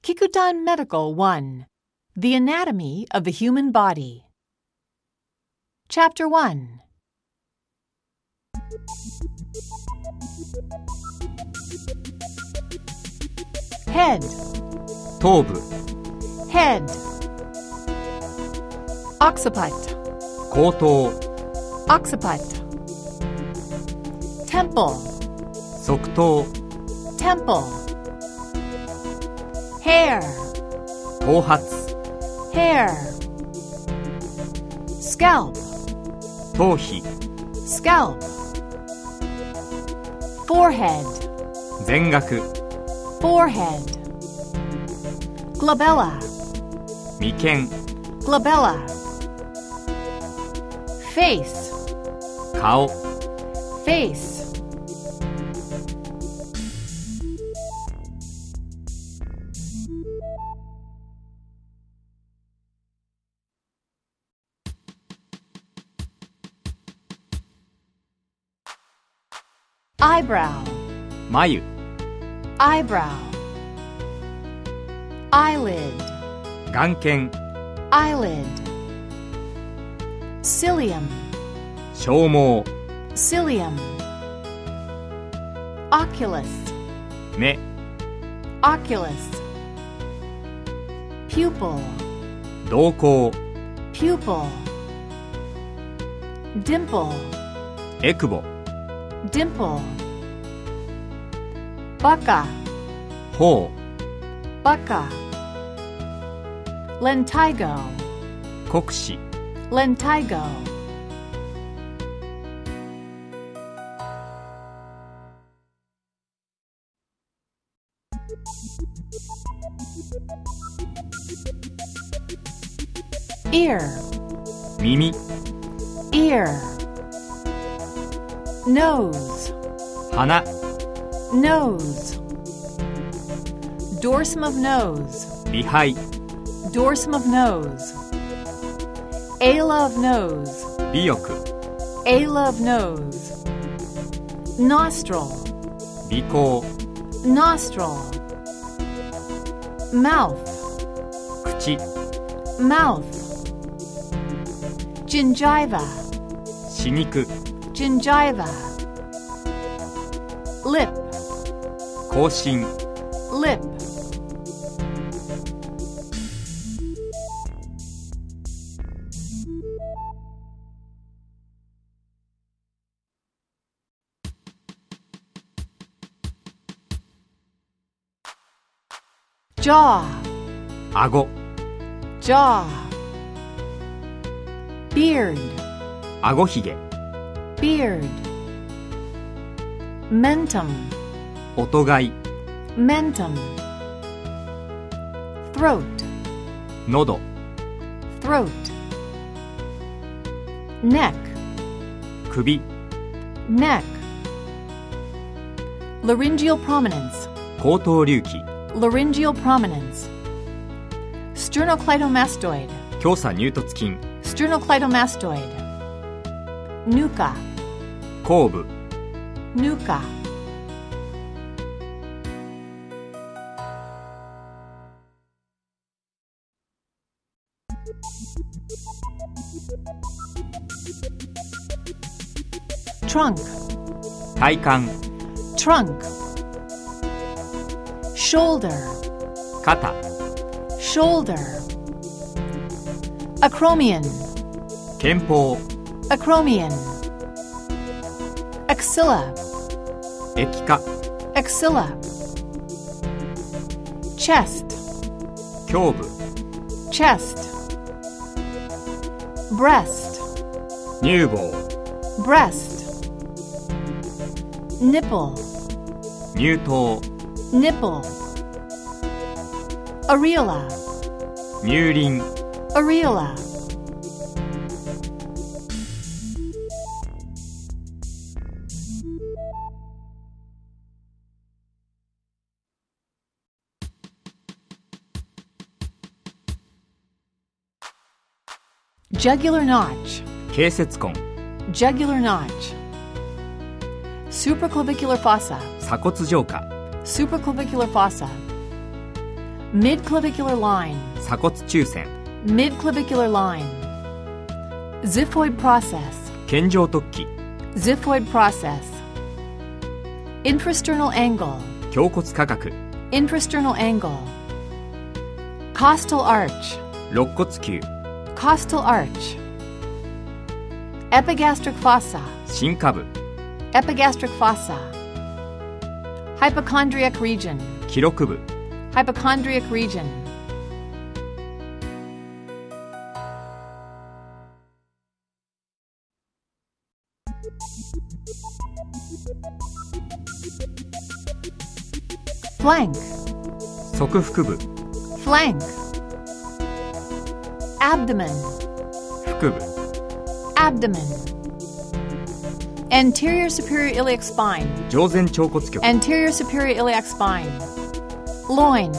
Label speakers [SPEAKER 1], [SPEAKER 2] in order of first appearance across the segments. [SPEAKER 1] Kikutan Medical 1 The Anatomy of the Human Body. Chapter 1 Head,
[SPEAKER 2] 頭部
[SPEAKER 1] head. Occiput,
[SPEAKER 2] 後頭
[SPEAKER 1] occiput. Temple,
[SPEAKER 2] 側頭
[SPEAKER 1] temple. Hair,
[SPEAKER 2] 頭髪
[SPEAKER 1] hair. Scalp,
[SPEAKER 2] 頭皮
[SPEAKER 1] scalp. Forehead,
[SPEAKER 2] 全額
[SPEAKER 1] forehead. Glabella,
[SPEAKER 2] 眉間
[SPEAKER 1] glabella. Face,
[SPEAKER 2] 顔
[SPEAKER 1] face. Eyebrow,
[SPEAKER 2] 眉
[SPEAKER 1] eyebrow. Eyelid,
[SPEAKER 2] 眼瞼
[SPEAKER 1] eyelid. Cilium,
[SPEAKER 2] 消耗
[SPEAKER 1] cilium. Oculus,
[SPEAKER 2] 目
[SPEAKER 1] oculus. Pupil,
[SPEAKER 2] 瞳孔
[SPEAKER 1] pupil. Dimple,
[SPEAKER 2] えくぼ
[SPEAKER 1] dimple. Bucca,
[SPEAKER 2] 頬
[SPEAKER 1] bucca. Lentigo,
[SPEAKER 2] 酷使
[SPEAKER 1] lentigo. Ear,
[SPEAKER 2] 耳
[SPEAKER 1] ear. Nose,
[SPEAKER 2] 鼻
[SPEAKER 1] nose. Dorsum of nose.
[SPEAKER 2] 鼻肺
[SPEAKER 1] Dorsum of nose. Ala of nose.
[SPEAKER 2] 尾翼
[SPEAKER 1] Ala of nose. Nostril.
[SPEAKER 2] 鼻孔
[SPEAKER 1] Nostril. Mouth.
[SPEAKER 2] 口
[SPEAKER 1] Mouth. Gingiva.
[SPEAKER 2] 歯肉
[SPEAKER 1] Gingiva. Lip.
[SPEAKER 2] 口唇
[SPEAKER 1] Lip. Jaw,
[SPEAKER 2] 顎
[SPEAKER 1] jaw. Beard,
[SPEAKER 2] 顎ひげ
[SPEAKER 1] beard. Mentum,
[SPEAKER 2] 音貝
[SPEAKER 1] mentum. Throat,
[SPEAKER 2] 喉
[SPEAKER 1] throat. Neck,
[SPEAKER 2] 首
[SPEAKER 1] neck. Laryngeal prominence,
[SPEAKER 2] 後頭隆起
[SPEAKER 1] laryngeal prominence. Sternocleidomastoid,
[SPEAKER 2] 強鎖乳突筋
[SPEAKER 1] sternocleidomastoid. Nuca,
[SPEAKER 2] 後部
[SPEAKER 1] nuca. Trunk,
[SPEAKER 2] 体幹
[SPEAKER 1] trunk. Shoulder,
[SPEAKER 2] 肩
[SPEAKER 1] shoulder. Acromion,
[SPEAKER 2] 肩峰
[SPEAKER 1] acromion. Axilla,
[SPEAKER 2] 液化
[SPEAKER 1] axilla. Chest,
[SPEAKER 2] 胸部
[SPEAKER 1] chest. Breast,
[SPEAKER 2] 乳房
[SPEAKER 1] breast. Nipple,
[SPEAKER 2] 乳頭
[SPEAKER 1] nipple. Areola,
[SPEAKER 2] 乳輪
[SPEAKER 1] areola. Jugular notch.
[SPEAKER 2] 形節根
[SPEAKER 1] Jugular notch. Supraclavicular fossa.
[SPEAKER 2] 鎖骨浄化
[SPEAKER 1] Supraclavicular fossa. midclavicular line,
[SPEAKER 2] 鎖骨抽選
[SPEAKER 1] midclavicular line. Xiphoid process,
[SPEAKER 2] 健常突起
[SPEAKER 1] xiphoid process. Infrasternal angle,
[SPEAKER 2] 胸骨価格
[SPEAKER 1] infrasternal angle. Costal arch,
[SPEAKER 2] 肋骨球
[SPEAKER 1] costal arch. Epigastric fossa,
[SPEAKER 2] 進下部
[SPEAKER 1] epigastric fossa. Hypochondriac region,
[SPEAKER 2] 記録部
[SPEAKER 1] hypochondriac region. Flank,
[SPEAKER 2] 側腹部
[SPEAKER 1] flank. Abdomen,
[SPEAKER 2] 腹部
[SPEAKER 1] abdomen. Anterior superior iliac spine,
[SPEAKER 2] 上前腸骨棘
[SPEAKER 1] anterior superior iliac spine. Loin,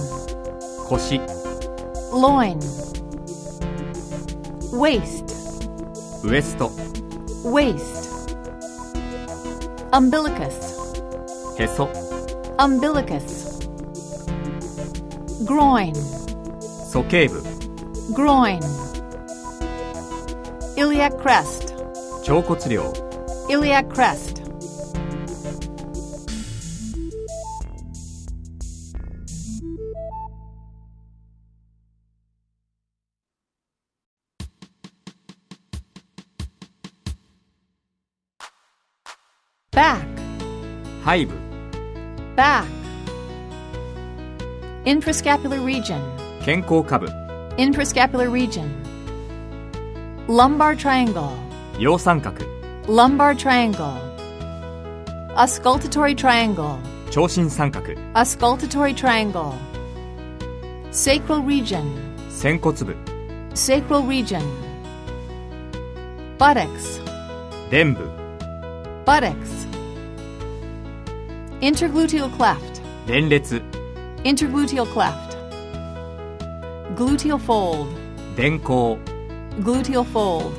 [SPEAKER 2] 腰
[SPEAKER 1] loin. Waist,
[SPEAKER 2] ウエスト
[SPEAKER 1] waist. Umbilicus,
[SPEAKER 2] へそ
[SPEAKER 1] umbilicus. Groin,
[SPEAKER 2] 鼠径部
[SPEAKER 1] groin. Iliac crest,
[SPEAKER 2] 腸骨量
[SPEAKER 1] iliac crest. Back,
[SPEAKER 2] 背部
[SPEAKER 1] back. Infrascapular region,
[SPEAKER 2] 肩甲下部
[SPEAKER 1] infrascapular region. Lumbar triangle,
[SPEAKER 2] 腰三角
[SPEAKER 1] lumbar triangle. Auscultatory triangle,
[SPEAKER 2] 長身三角
[SPEAKER 1] auscultatory triangle. Sacral region,
[SPEAKER 2] 仙骨部
[SPEAKER 1] sacral region. Buttocks,
[SPEAKER 2] 臀部
[SPEAKER 1] buttocks. Intergluteal cleft,
[SPEAKER 2] 前列
[SPEAKER 1] intergluteal cleft. Gluteal fold,
[SPEAKER 2] 電光
[SPEAKER 1] gluteal fold.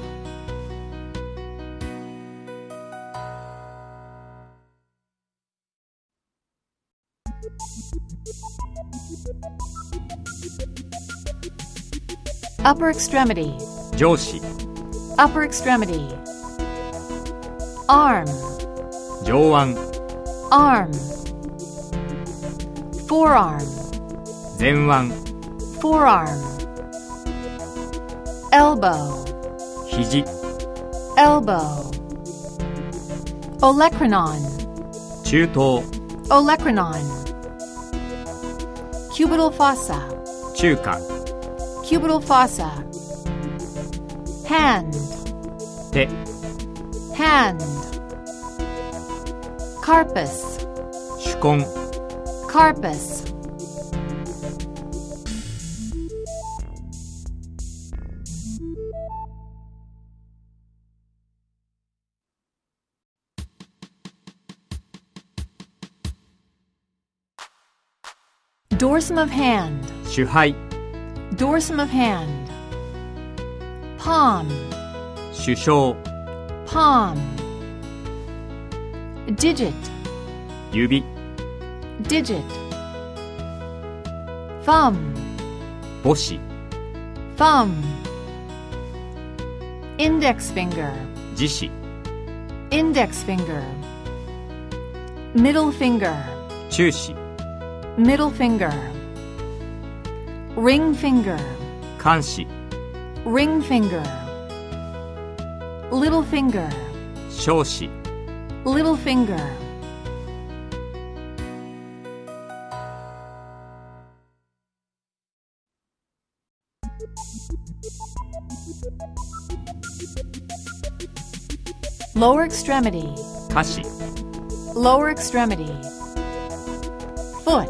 [SPEAKER 1] Upper extremity,
[SPEAKER 2] 上肢
[SPEAKER 1] upper extremity. Arm,
[SPEAKER 2] 上腕
[SPEAKER 1] arm. Forearm,
[SPEAKER 2] 前腕
[SPEAKER 1] forearm. Elbow,
[SPEAKER 2] 肘
[SPEAKER 1] elbow. Olecranon,
[SPEAKER 2] 中頭
[SPEAKER 1] olecranon. Cubital fossa,
[SPEAKER 2] 中華
[SPEAKER 1] cubital fossa. Hand,
[SPEAKER 2] 手
[SPEAKER 1] hand. Carpus,
[SPEAKER 2] 手根
[SPEAKER 1] carpus. Dorsum of hand,
[SPEAKER 2] 手背
[SPEAKER 1] dorsum of hand. Palm,
[SPEAKER 2] 手掌
[SPEAKER 1] palm. Digit,
[SPEAKER 2] 指
[SPEAKER 1] digit. Thumb,
[SPEAKER 2] 母指
[SPEAKER 1] thumb. Index finger,
[SPEAKER 2] 自指
[SPEAKER 1] index finger. Middle finger,
[SPEAKER 2] 中指
[SPEAKER 1] middle finger. Ring finger,
[SPEAKER 2] 関指
[SPEAKER 1] ring finger. Little finger,
[SPEAKER 2] 小指
[SPEAKER 1] little finger. Lower extremity,
[SPEAKER 2] 下肢
[SPEAKER 1] lower extremity. Foot,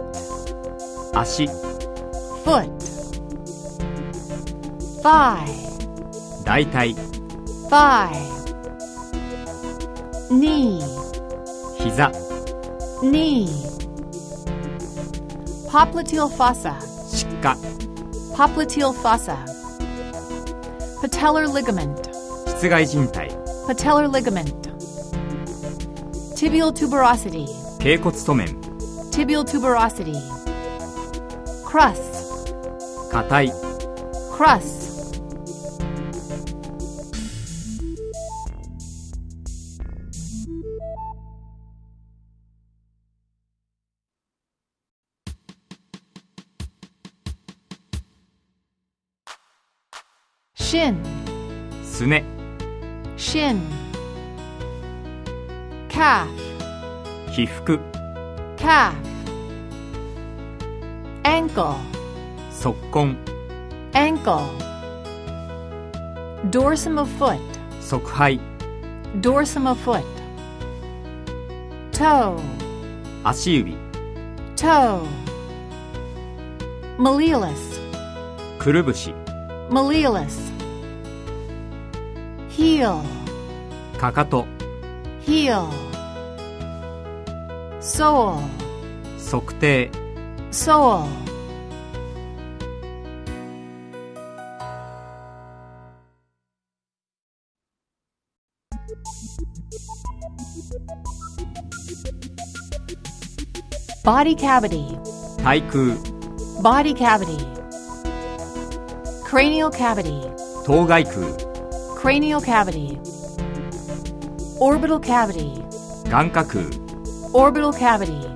[SPEAKER 2] 足
[SPEAKER 1] foot. Thigh,
[SPEAKER 2] 大腿
[SPEAKER 1] thigh. Knee,
[SPEAKER 2] 膝
[SPEAKER 1] knee. Popliteal fossa,
[SPEAKER 2] しっか
[SPEAKER 1] popliteal fossa. Patellar ligament,
[SPEAKER 2] 室外靭帯
[SPEAKER 1] patellar ligament. Tibial tuberosity,
[SPEAKER 2] 頸骨素面
[SPEAKER 1] tibial tuberosity. Crust,
[SPEAKER 2] 硬い
[SPEAKER 1] crust, shin,
[SPEAKER 2] すね
[SPEAKER 1] shin, calf,
[SPEAKER 2] 起伏
[SPEAKER 1] calf, ankle,
[SPEAKER 2] 足根
[SPEAKER 1] ankle, dorsum of foot,
[SPEAKER 2] 足背
[SPEAKER 1] dorsum of foot, toe,
[SPEAKER 2] 足指
[SPEAKER 1] toe, malleolus,
[SPEAKER 2] くるぶし
[SPEAKER 1] malleolus, heel,
[SPEAKER 2] かかと
[SPEAKER 1] heel, sole,
[SPEAKER 2] 測定
[SPEAKER 1] sole. Body cavity.
[SPEAKER 2] 対空
[SPEAKER 1] Body cavity. Cranial cavity.
[SPEAKER 2] 頭蓋腔
[SPEAKER 1] Cranial cavity. Orbital cavity.
[SPEAKER 2] 眼下腔
[SPEAKER 1] Orbital cavity.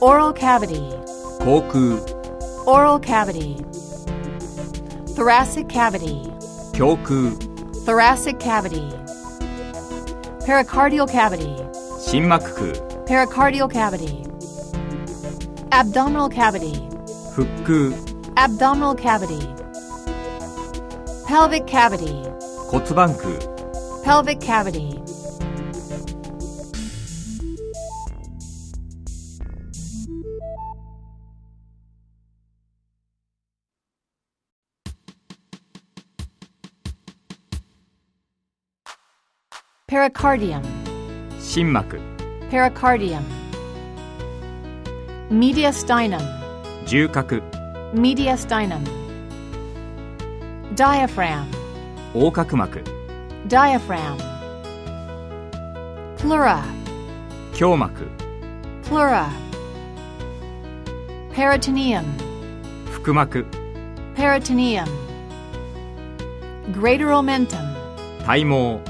[SPEAKER 1] Oral cavity.
[SPEAKER 2] 口腔
[SPEAKER 1] Oral cavity. Thoracic cavity.
[SPEAKER 2] 胸腔
[SPEAKER 1] Thoracic cavity. Pericardial cavity.
[SPEAKER 2] 心膜腔
[SPEAKER 1] Pericardial cavity. Abdominal cavity.
[SPEAKER 2] 腹腔
[SPEAKER 1] Abdominal cavity. Pelvic cavity.
[SPEAKER 2] 骨盤腔
[SPEAKER 1] Pelvic cavity. Pericardium.
[SPEAKER 2] 心膜
[SPEAKER 1] Pericardium. Mediastinum.
[SPEAKER 2] 重核
[SPEAKER 1] Mediastinum. Diaphragm.
[SPEAKER 2] 横隔膜
[SPEAKER 1] Diaphragm. Pleura.
[SPEAKER 2] 胸膜
[SPEAKER 1] Pleura. Peritoneum.
[SPEAKER 2] 腹膜
[SPEAKER 1] Peritoneum. Greater omentum.
[SPEAKER 2] 体毛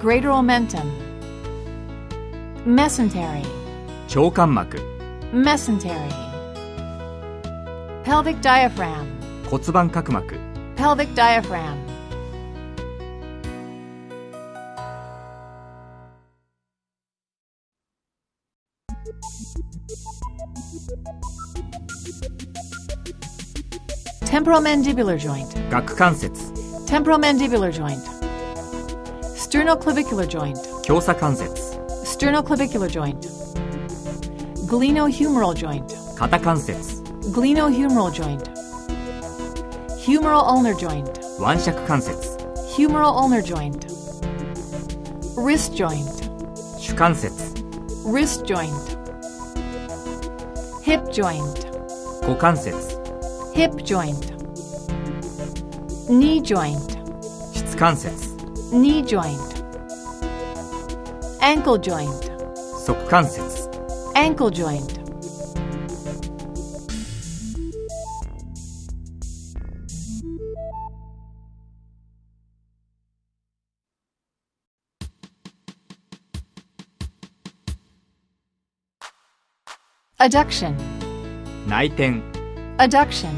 [SPEAKER 1] Greater omentum. Mesentery.
[SPEAKER 2] 腸間膜
[SPEAKER 1] Mesentery. Pelvic diaphragm.
[SPEAKER 2] 骨盤角膜
[SPEAKER 1] Pelvic diaphragm. Temporomandibular joint.
[SPEAKER 2] 顎関節
[SPEAKER 1] Temporomandibular joint. Sternoclavicular joint.
[SPEAKER 2] 強鎖関節
[SPEAKER 1] Sternoclavicular joint. Glenohumeral joint.
[SPEAKER 2] 肩関節
[SPEAKER 1] Glenohumeral joint. Humeral ulnar joint.
[SPEAKER 2] 腕尺関節
[SPEAKER 1] Humeral ulnar joint. Wrist joint.
[SPEAKER 2] 主関節
[SPEAKER 1] Wrist joint. Hip joint.
[SPEAKER 2] 股関節
[SPEAKER 1] Hip joint. Knee joint.
[SPEAKER 2] 質関節
[SPEAKER 1] Knee joint. Ankle joint.
[SPEAKER 2] 足関節
[SPEAKER 1] Ankle joint. Adduction,
[SPEAKER 2] 内転
[SPEAKER 1] adduction.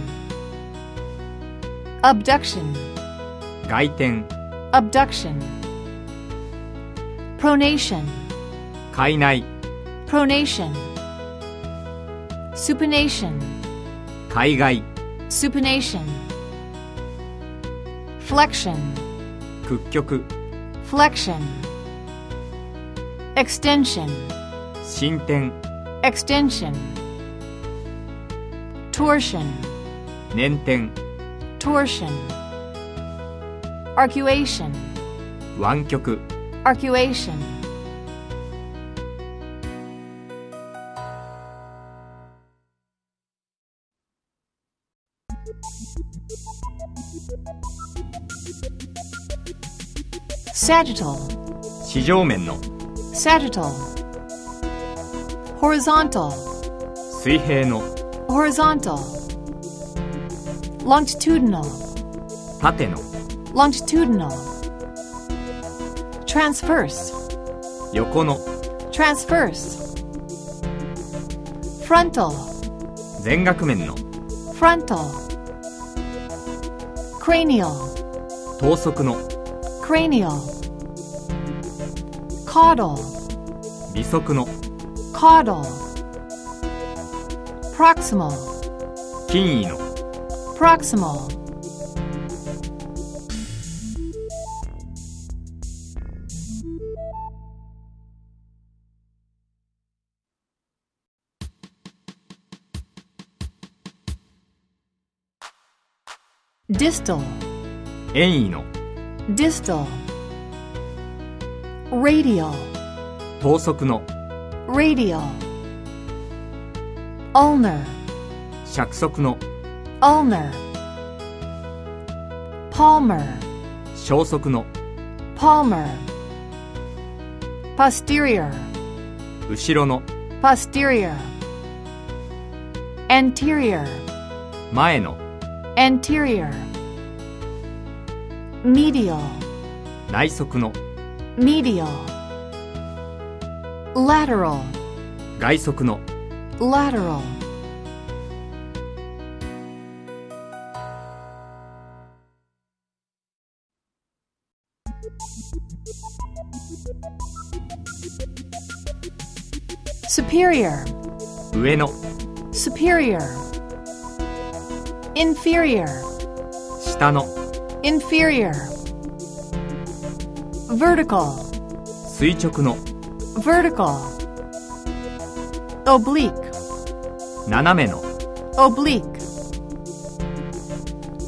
[SPEAKER 1] Abduction,
[SPEAKER 2] 外転
[SPEAKER 1] abduction. Pronation,
[SPEAKER 2] 海内
[SPEAKER 1] pronation. Supination,
[SPEAKER 2] 海外
[SPEAKER 1] supination flexion
[SPEAKER 2] 屈曲
[SPEAKER 1] flexion extension
[SPEAKER 2] 伸展
[SPEAKER 1] extension torsion
[SPEAKER 2] 捻転
[SPEAKER 1] torsion arcuation
[SPEAKER 2] 湾曲
[SPEAKER 1] arcuation sagittal
[SPEAKER 2] 四上面の
[SPEAKER 1] sagittal horizontal
[SPEAKER 2] 水平の
[SPEAKER 1] horizontal longitudinal,
[SPEAKER 2] 縦の
[SPEAKER 1] longitudinal. Transverse,
[SPEAKER 2] 横の
[SPEAKER 1] transverse. Frontal,
[SPEAKER 2] 全額面の
[SPEAKER 1] frontal. Cranial,
[SPEAKER 2] 等速の
[SPEAKER 1] cranial. Caudal,
[SPEAKER 2] 微速の
[SPEAKER 1] caudal. Proximal,
[SPEAKER 2] 近位の
[SPEAKER 1] proximal. Distal,
[SPEAKER 2] 遠位の
[SPEAKER 1] distal. Radial,
[SPEAKER 2] 等速の
[SPEAKER 1] radial. Ulnar,
[SPEAKER 2] 尺速の
[SPEAKER 1] ulnar. Palmer,
[SPEAKER 2] 小速の
[SPEAKER 1] Palmer. Posterior,
[SPEAKER 2] 後ろの
[SPEAKER 1] posterior. Anterior,
[SPEAKER 2] 前の
[SPEAKER 1] anterior. Medial,
[SPEAKER 2] 内側の
[SPEAKER 1] medial. Lateral,
[SPEAKER 2] 外側の
[SPEAKER 1] lateral. Superior.
[SPEAKER 2] 上の
[SPEAKER 1] superior, inferior,
[SPEAKER 2] 下の
[SPEAKER 1] inferior, vertical,
[SPEAKER 2] 垂直の
[SPEAKER 1] vertical, oblique,
[SPEAKER 2] 斜めの
[SPEAKER 1] oblique,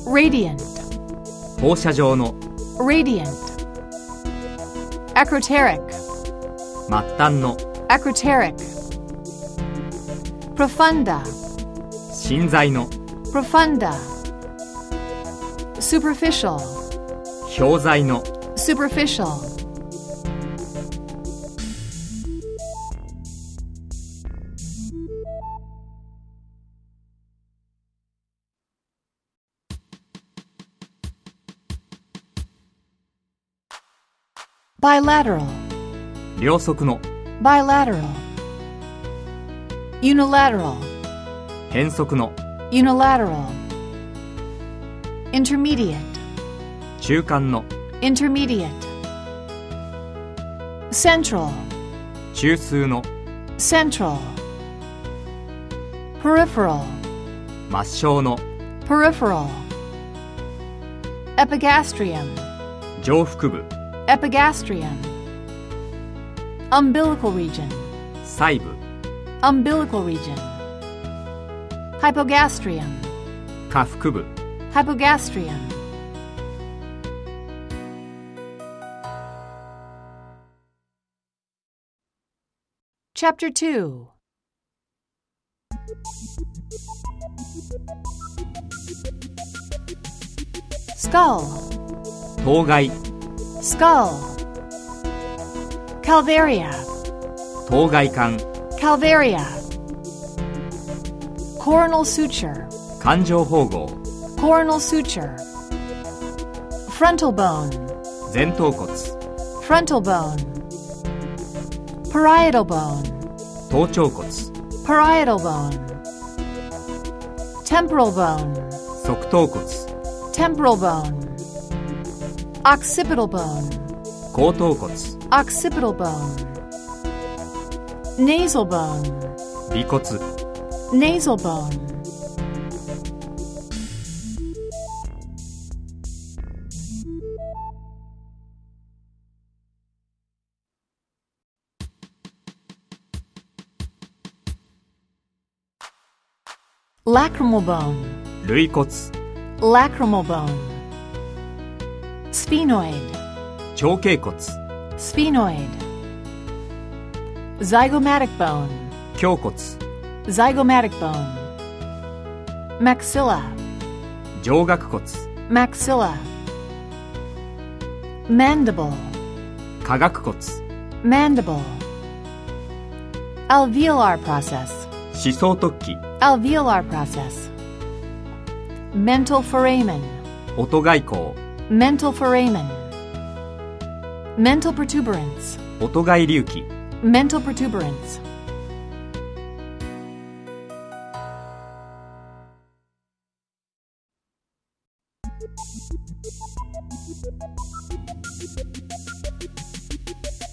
[SPEAKER 1] radiant,
[SPEAKER 2] 放射状の
[SPEAKER 1] radiant, acroteric,
[SPEAKER 2] 末端の
[SPEAKER 1] acroteric, profunda,
[SPEAKER 2] 心材の
[SPEAKER 1] profunda, superficial.
[SPEAKER 2] 表材の
[SPEAKER 1] superficial. Bilateral,
[SPEAKER 2] 両側の
[SPEAKER 1] bilateral. Unilateral,
[SPEAKER 2] 変側の
[SPEAKER 1] unilateral. Intermediate,
[SPEAKER 2] 中間の
[SPEAKER 1] intermediate. Central,
[SPEAKER 2] 中枢の
[SPEAKER 1] central. Peripheral,
[SPEAKER 2] 末梢の
[SPEAKER 1] peripheral. Epigastrium,
[SPEAKER 2] 上腹部
[SPEAKER 1] epigastrium. Umbilical region,
[SPEAKER 2] 細部
[SPEAKER 1] umbilical region. Hypogastrium,
[SPEAKER 2] 下腹部
[SPEAKER 1] hypogastrium. Chapter 2 Skull,
[SPEAKER 2] 頭蓋
[SPEAKER 1] skull. Calvaria,
[SPEAKER 2] 頭蓋管
[SPEAKER 1] calvaria. Coronal suture,
[SPEAKER 2] 感情包合
[SPEAKER 1] coronal suture. Frontal bone,
[SPEAKER 2] 前頭骨
[SPEAKER 1] frontal bone, parietal bone,
[SPEAKER 2] 頭頂骨
[SPEAKER 1] parietal bone, temporal bone,
[SPEAKER 2] 側頭骨
[SPEAKER 1] temporal bone, occipital bone,
[SPEAKER 2] 後頭骨
[SPEAKER 1] occipital bone, nasal bone,
[SPEAKER 2] 尾骨
[SPEAKER 1] nasal bone, lacrimal bone.
[SPEAKER 2] 類骨
[SPEAKER 1] lacrimal bone, sphenoid,
[SPEAKER 2] 長頸骨
[SPEAKER 1] sphenoid, zygomatic bone,
[SPEAKER 2] 胸骨
[SPEAKER 1] zygomatic bone, maxilla,
[SPEAKER 2] 上顎骨
[SPEAKER 1] maxilla, mandible,
[SPEAKER 2] 下顎骨
[SPEAKER 1] mandible, alveolar process,
[SPEAKER 2] 歯槽突起
[SPEAKER 1] alveolar process, mental foramen,
[SPEAKER 2] 音外交
[SPEAKER 1] mental foramen, mental protuberance,
[SPEAKER 2] 音外隆起
[SPEAKER 1] mental protuberance.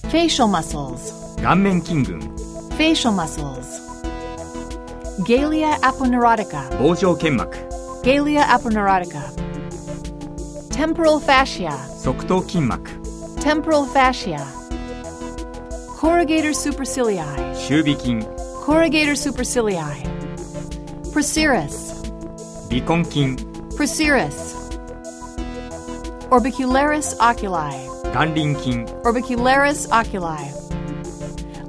[SPEAKER 1] Facial muscles.
[SPEAKER 2] 顔面筋群
[SPEAKER 1] Facial muscles. Galea aponeurotica.
[SPEAKER 2] 膨張腱膜
[SPEAKER 1] Galea aponeurotica. Temporal fascia.
[SPEAKER 2] 側頭筋膜
[SPEAKER 1] Temporal fascia. Corrugator supercilii.
[SPEAKER 2] 周尾筋
[SPEAKER 1] Corrugator supercilii. Procerus.
[SPEAKER 2] 鼻根筋
[SPEAKER 1] Procerus. Orbicularis oculi.
[SPEAKER 2] 眼輪筋
[SPEAKER 1] Orbicularis oculi.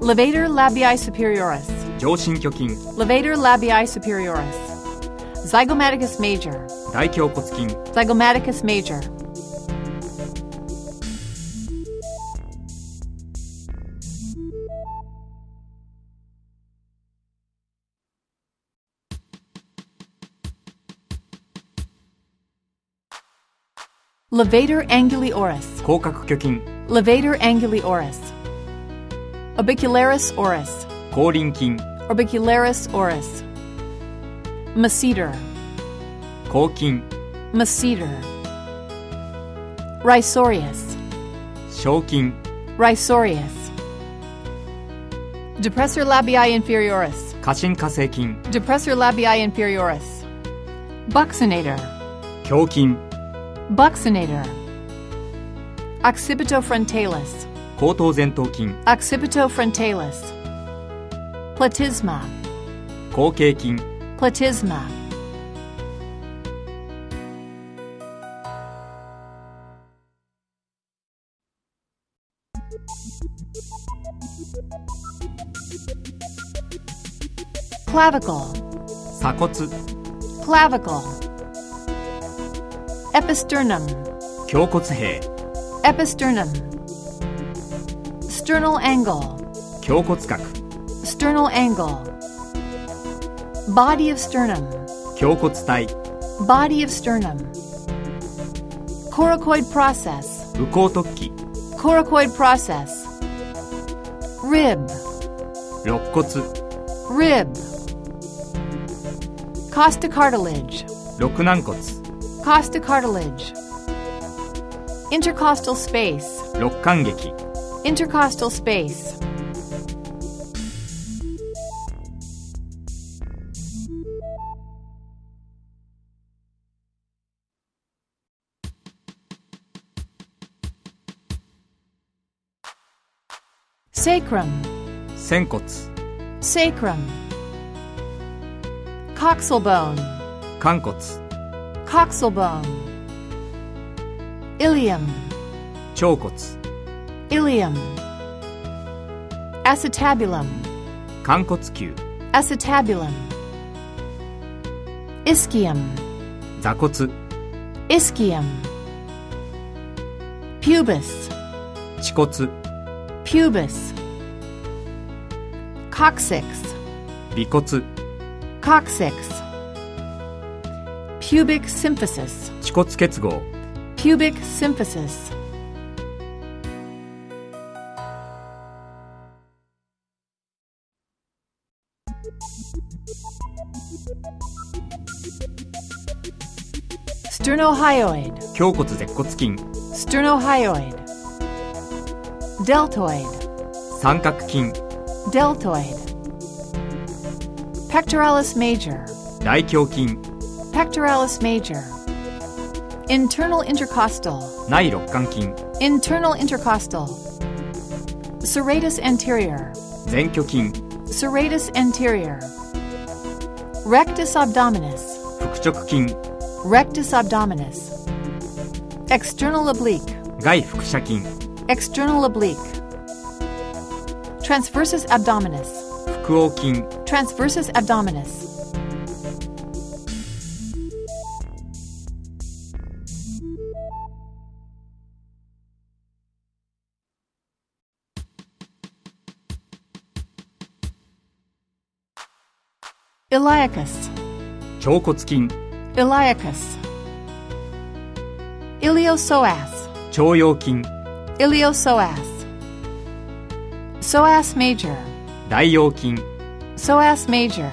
[SPEAKER 1] Levator labii superioris.
[SPEAKER 2] 上伸巨筋
[SPEAKER 1] Levator labii superioris. Zygomaticus major.
[SPEAKER 2] 大胸骨筋
[SPEAKER 1] Zygomaticus major. Levator anguli oris.
[SPEAKER 2] 広角巨筋
[SPEAKER 1] Levator anguli oris. Orbicularis oris.
[SPEAKER 2] 後輪筋
[SPEAKER 1] Orbicularis oris. Masseter.
[SPEAKER 2] 後筋
[SPEAKER 1] Masseter. Rhizorius.
[SPEAKER 2] 小筋
[SPEAKER 1] Rhizorius. Depressor labii inferioris.
[SPEAKER 2] 下伸下性筋
[SPEAKER 1] Depressor labii inferioris. Buccinator.
[SPEAKER 2] 胸筋
[SPEAKER 1] Buccinator. Occipitofrontalis.
[SPEAKER 2] 後頭前頭筋
[SPEAKER 1] Occipitofrontalis. Platysma.
[SPEAKER 2] 後頸筋
[SPEAKER 1] Platysma. Clavicle,
[SPEAKER 2] 鎖骨
[SPEAKER 1] clavicle. Episternum,
[SPEAKER 2] 胸骨閉
[SPEAKER 1] episternum. Sternal angle,
[SPEAKER 2] 胸骨角
[SPEAKER 1] sternal angle. Body of sternum,
[SPEAKER 2] 胸骨体
[SPEAKER 1] Body of sternum. Coracoid process.
[SPEAKER 2] 右後突起
[SPEAKER 1] Coracoid process. Rib.
[SPEAKER 2] 肋骨
[SPEAKER 1] Rib. Costocartilage.
[SPEAKER 2] 肋軟骨
[SPEAKER 1] Costocartilage. Intercostal space.
[SPEAKER 2] 肋間劇
[SPEAKER 1] Intercostal space. Sacrum,
[SPEAKER 2] 仙骨
[SPEAKER 1] sacrum. Coxal bone,
[SPEAKER 2] 寛骨
[SPEAKER 1] coxal bone. Ilium,
[SPEAKER 2] 腸骨
[SPEAKER 1] ilium. Acetabulum,
[SPEAKER 2] 寛骨臼
[SPEAKER 1] acetabulum. Ischium,
[SPEAKER 2] 座骨
[SPEAKER 1] ischium. Pubis,
[SPEAKER 2] 恥骨
[SPEAKER 1] pubis. Coccyx,
[SPEAKER 2] 尾骨
[SPEAKER 1] coccyx. Pubic symphysis,
[SPEAKER 2] 恥骨結合
[SPEAKER 1] pubic symphysis. Sternohyoid.
[SPEAKER 2] 胸骨舌骨筋
[SPEAKER 1] Sternohyoid. Deltoid.
[SPEAKER 2] 三角筋
[SPEAKER 1] Deltoid. Pectoralis major.
[SPEAKER 2] 大胸筋
[SPEAKER 1] Pectoralis major. Internal intercostal.
[SPEAKER 2] 内肋間筋
[SPEAKER 1] Internal intercostal. Serratus anterior.
[SPEAKER 2] 前鋸筋
[SPEAKER 1] Serratus anterior. Rectus abdominis.
[SPEAKER 2] 腹直筋
[SPEAKER 1] Rectus abdominis. External oblique.
[SPEAKER 2] 外腹斜筋
[SPEAKER 1] External oblique. Transversus abdominis.
[SPEAKER 2] 腹横筋
[SPEAKER 1] Transversus abdominis. Iliacus.
[SPEAKER 2] 腸骨筋
[SPEAKER 1] Iliacus, Iliosoas,
[SPEAKER 2] 腸腰筋
[SPEAKER 1] Iliosoas, Soas major,
[SPEAKER 2] 大腰筋
[SPEAKER 1] Soas major,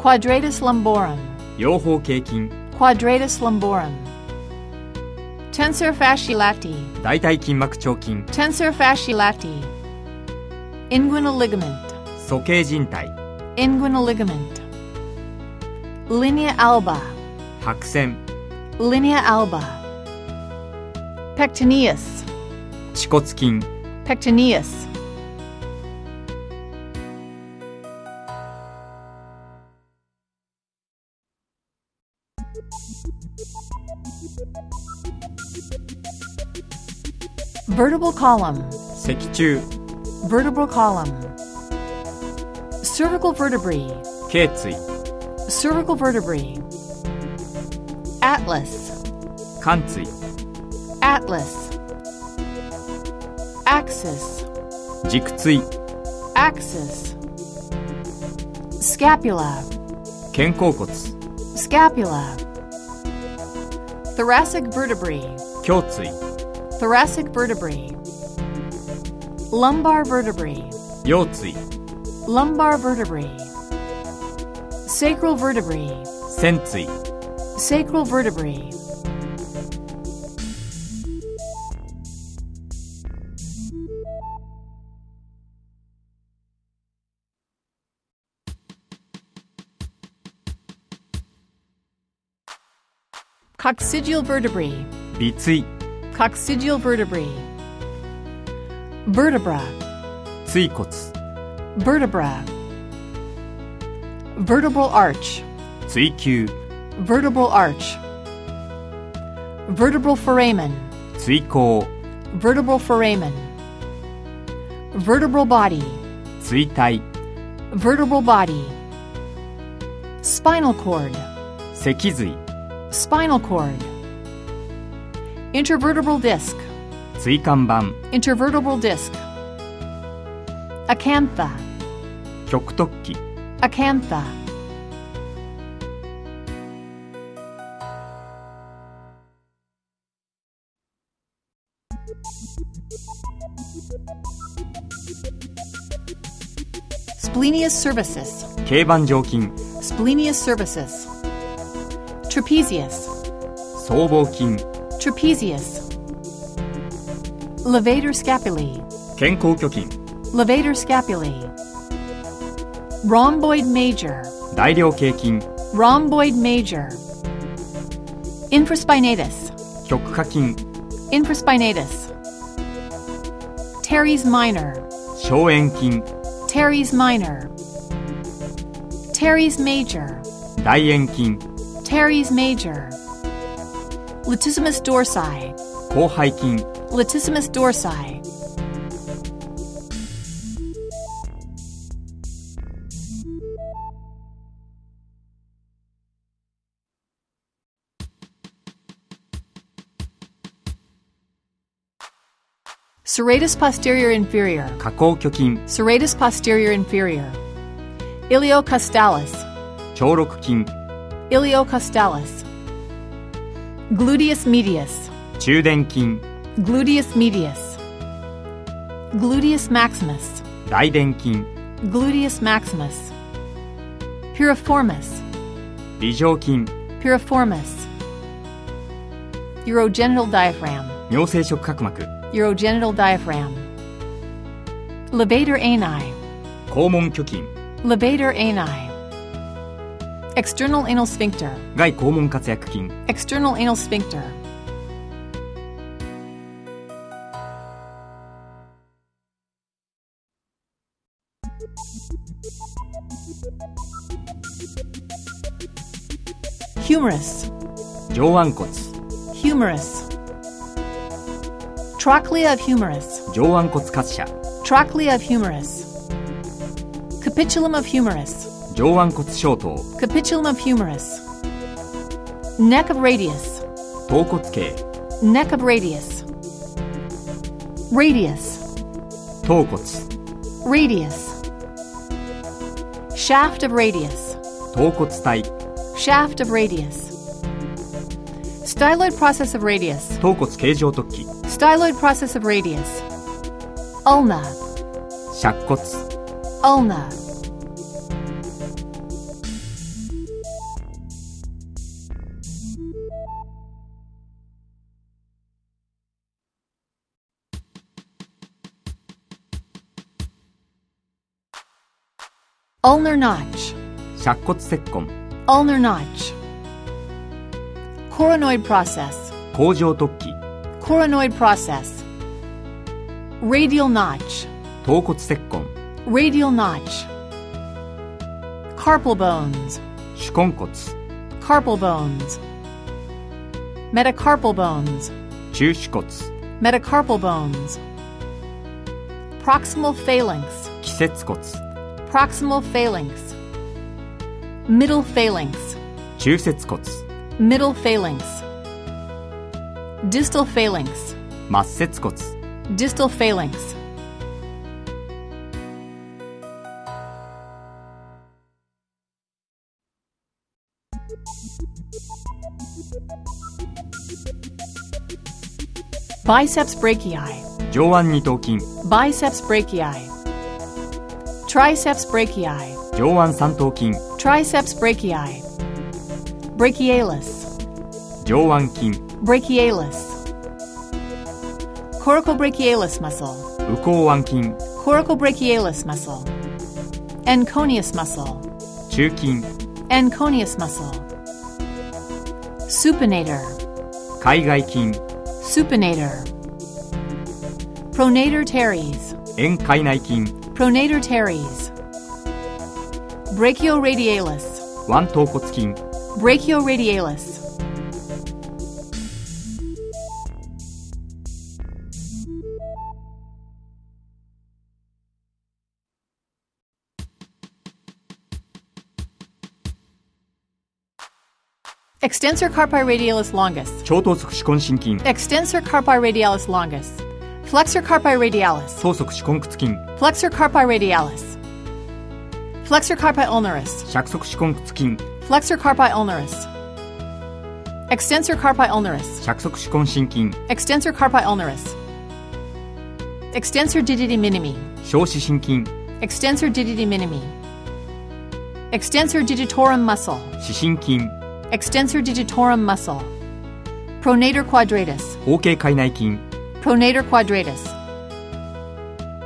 [SPEAKER 1] Quadratus lumborum,
[SPEAKER 2] 両方頸筋
[SPEAKER 1] Quadratus lumborum, Tensor fasciae latae,
[SPEAKER 2] 大腿筋膜腸筋
[SPEAKER 1] Tensor fasciae latae, Inguinal ligament,
[SPEAKER 2] 鼠径靭帯
[SPEAKER 1] Inguinal ligament, Linea alba,
[SPEAKER 2] 白線
[SPEAKER 1] Linea alba, Pectineus,
[SPEAKER 2] 恥骨筋
[SPEAKER 1] Pectineus. Vertebral column,
[SPEAKER 2] 脊柱
[SPEAKER 1] vertebral column. Cervical vertebrae,
[SPEAKER 2] 頸椎
[SPEAKER 1] cervical vertebrae. Atlas,
[SPEAKER 2] 貫椎
[SPEAKER 1] atlas. Axis,
[SPEAKER 2] 軸椎
[SPEAKER 1] axis. Scapula,
[SPEAKER 2] 肩甲骨
[SPEAKER 1] scapula. Thoracic vertebrae,
[SPEAKER 2] 胸椎
[SPEAKER 1] thoracic vertebrae. Lumbar vertebrae,
[SPEAKER 2] 腰椎
[SPEAKER 1] lumbar vertebrae. Sacral vertebrae,
[SPEAKER 2] 仙椎
[SPEAKER 1] sacral vertebrae. Coccygeal vertebrae,
[SPEAKER 2] 尾椎
[SPEAKER 1] coccygeal vertebrae. Vertebra,
[SPEAKER 2] 椎骨
[SPEAKER 1] vertebra. Vertebral arch,
[SPEAKER 2] 椎球
[SPEAKER 1] vertebral arch. Vertebral foramen,
[SPEAKER 2] 椎高
[SPEAKER 1] vertebral foramen. Vertebral body,
[SPEAKER 2] 椎体
[SPEAKER 1] vertebral body. Spinal cord,
[SPEAKER 2] 脊髄
[SPEAKER 1] spinal cord. Intervertebral disc,
[SPEAKER 2] 椎間板
[SPEAKER 1] intervertebral disc. Acantha,
[SPEAKER 2] 極突起
[SPEAKER 1] acantha. Splenius cervicis,
[SPEAKER 2] 頸板上筋
[SPEAKER 1] splenius cervicis. Trapezius,
[SPEAKER 2] 僧帽筋
[SPEAKER 1] trapezius. Levator scapulae,
[SPEAKER 2] 肩甲虚筋
[SPEAKER 1] levator scapulae. Rhomboid major,
[SPEAKER 2] 大量頸筋
[SPEAKER 1] Rhomboid major. Infraspinatus.
[SPEAKER 2] 極下筋
[SPEAKER 1] Infraspinatus. teres minor.
[SPEAKER 2] 小円筋
[SPEAKER 1] teres minor. teres major.
[SPEAKER 2] 大円筋
[SPEAKER 1] teres major. Latissimus dorsi.
[SPEAKER 2] 広背筋
[SPEAKER 1] Latissimus dorsi. Serratus posterior inferior.
[SPEAKER 2] 下行虚筋
[SPEAKER 1] Serratus posterior inferior. Iliocostalis.
[SPEAKER 2] 腸肋筋
[SPEAKER 1] Iliocostalis. Gluteus medius.
[SPEAKER 2] 中殿筋
[SPEAKER 1] Gluteus medius. Gluteus maximus.
[SPEAKER 2] 大殿筋
[SPEAKER 1] Gluteus maximus. Piriformis.
[SPEAKER 2] 微上筋
[SPEAKER 1] Piriformis. Urogenital diaphragm.
[SPEAKER 2] 尿性触覚膜
[SPEAKER 1] Urogenital diaphragm. Levator ani.
[SPEAKER 2] 肛門虚筋
[SPEAKER 1] Levator ani. External anal sphincter.
[SPEAKER 2] 外肛門括約筋
[SPEAKER 1] External anal sphincter. Humerus,
[SPEAKER 2] 上腕骨
[SPEAKER 1] humerus. Trochlea of humerus,
[SPEAKER 2] 上腕骨滑車
[SPEAKER 1] trochlea of humerus. Capitulum of humerus,
[SPEAKER 2] 上腕骨小頭
[SPEAKER 1] capitulum of humerus. Neck of radius,
[SPEAKER 2] 頭骨頸
[SPEAKER 1] Neck of radius. Radius.
[SPEAKER 2] 頭骨
[SPEAKER 1] Radius. Shaft of radius.
[SPEAKER 2] 頭骨体
[SPEAKER 1] Shaft of radius. Styloid process of radius.
[SPEAKER 2] 頭骨形状突起
[SPEAKER 1] Styloid process of radius. Ulna.
[SPEAKER 2] 尺骨
[SPEAKER 1] Ulna. Ulnar notch.
[SPEAKER 2] 尺骨切痕
[SPEAKER 1] Ulnar notch. Coronoid process.
[SPEAKER 2] 甲状突起
[SPEAKER 1] Coronoid process. Radial notch.
[SPEAKER 2] 頭骨切痕
[SPEAKER 1] Radial notch. Carpal bones.
[SPEAKER 2] 手根骨
[SPEAKER 1] Carpal bones. Metacarpal bones.
[SPEAKER 2] 中手骨
[SPEAKER 1] Metacarpal bones. Proximal phalanx.
[SPEAKER 2] 季節骨
[SPEAKER 1] Proximal phalanx. Middle phalanx.
[SPEAKER 2] 中節骨
[SPEAKER 1] Middle phalanx. Distal phalanx.
[SPEAKER 2] 末節骨
[SPEAKER 1] Distal phalanx. Biceps brachii.
[SPEAKER 2] 上腕二頭筋
[SPEAKER 1] Biceps brachii. Triceps brachii.
[SPEAKER 2] 上腕三頭筋
[SPEAKER 1] Triceps brachii. Brachialis.
[SPEAKER 2] 上腕筋
[SPEAKER 1] Brachialis. Coracobrachialis muscle.
[SPEAKER 2] 右後腕筋
[SPEAKER 1] Coracobrachialis muscle. Anconius muscle.
[SPEAKER 2] 中筋
[SPEAKER 1] Anconius muscle. Supinator.
[SPEAKER 2] 海外筋
[SPEAKER 1] Supinator. Pronator teres.
[SPEAKER 2] 円海内筋
[SPEAKER 1] Pronator teres. Brachioradialis.
[SPEAKER 2] 腕頭骨筋
[SPEAKER 1] Brachioradialis. Extensor carpi radialis longus.
[SPEAKER 2] 超等足手根伸筋
[SPEAKER 1] Extensor carpi radialis longus. Flexor carpi radialis.
[SPEAKER 2] 双足手根屈筋
[SPEAKER 1] Flexor carpi radialis. Flexor carpi ulnaris.
[SPEAKER 2] 尺足手根屈筋
[SPEAKER 1] Flexor carpi ulnaris. Extensor carpi ulnaris.
[SPEAKER 2] 尺足手根伸筋
[SPEAKER 1] Extensor carpi ulnaris. Extensor digiti minimi.
[SPEAKER 2] 小指伸筋
[SPEAKER 1] Extensor digiti minimi. Extensor digitorum muscle.
[SPEAKER 2] 指伸筋
[SPEAKER 1] Extensor digitorum muscle. Pronator quadratus.
[SPEAKER 2] 包茎海内筋
[SPEAKER 1] Pronator quadratus.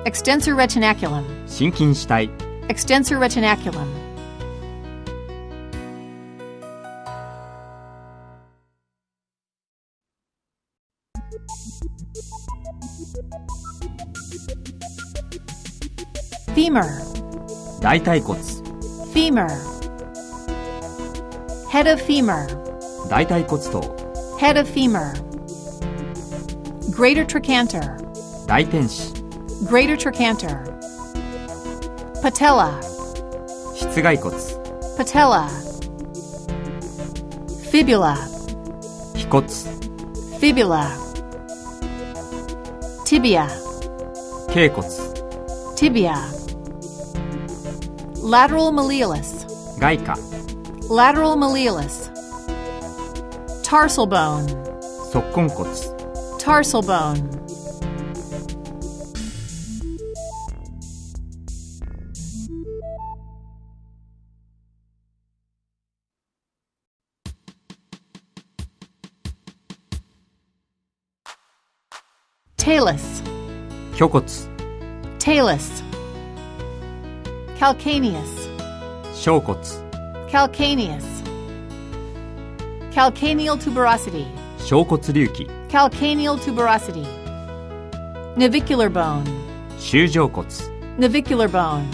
[SPEAKER 1] Extensor retinaculum.
[SPEAKER 2] 心筋死体
[SPEAKER 1] Extensor retinaculum. Femur,
[SPEAKER 2] 大腿骨
[SPEAKER 1] femur. Head of femur,
[SPEAKER 2] 大腿骨頭
[SPEAKER 1] head of femur. Greater trochanter,
[SPEAKER 2] 大天使
[SPEAKER 1] greater trochanter. Patella,
[SPEAKER 2] 室外骨
[SPEAKER 1] patella fibula
[SPEAKER 2] 腓骨
[SPEAKER 1] fibula tibia
[SPEAKER 2] 頸骨
[SPEAKER 1] tibia lateral malleolus
[SPEAKER 2] 外科
[SPEAKER 1] lateral malleolus tarsal bone
[SPEAKER 2] 足根骨
[SPEAKER 1] tarsal bone Talus.
[SPEAKER 2] 虚骨
[SPEAKER 1] Talus. Calcaneus.
[SPEAKER 2] 小骨
[SPEAKER 1] Calcaneus. Calcaneal tuberosity.
[SPEAKER 2] 小骨隆起
[SPEAKER 1] Calcaneal tuberosity. Navicular bone.
[SPEAKER 2] 修上骨
[SPEAKER 1] Navicular bone.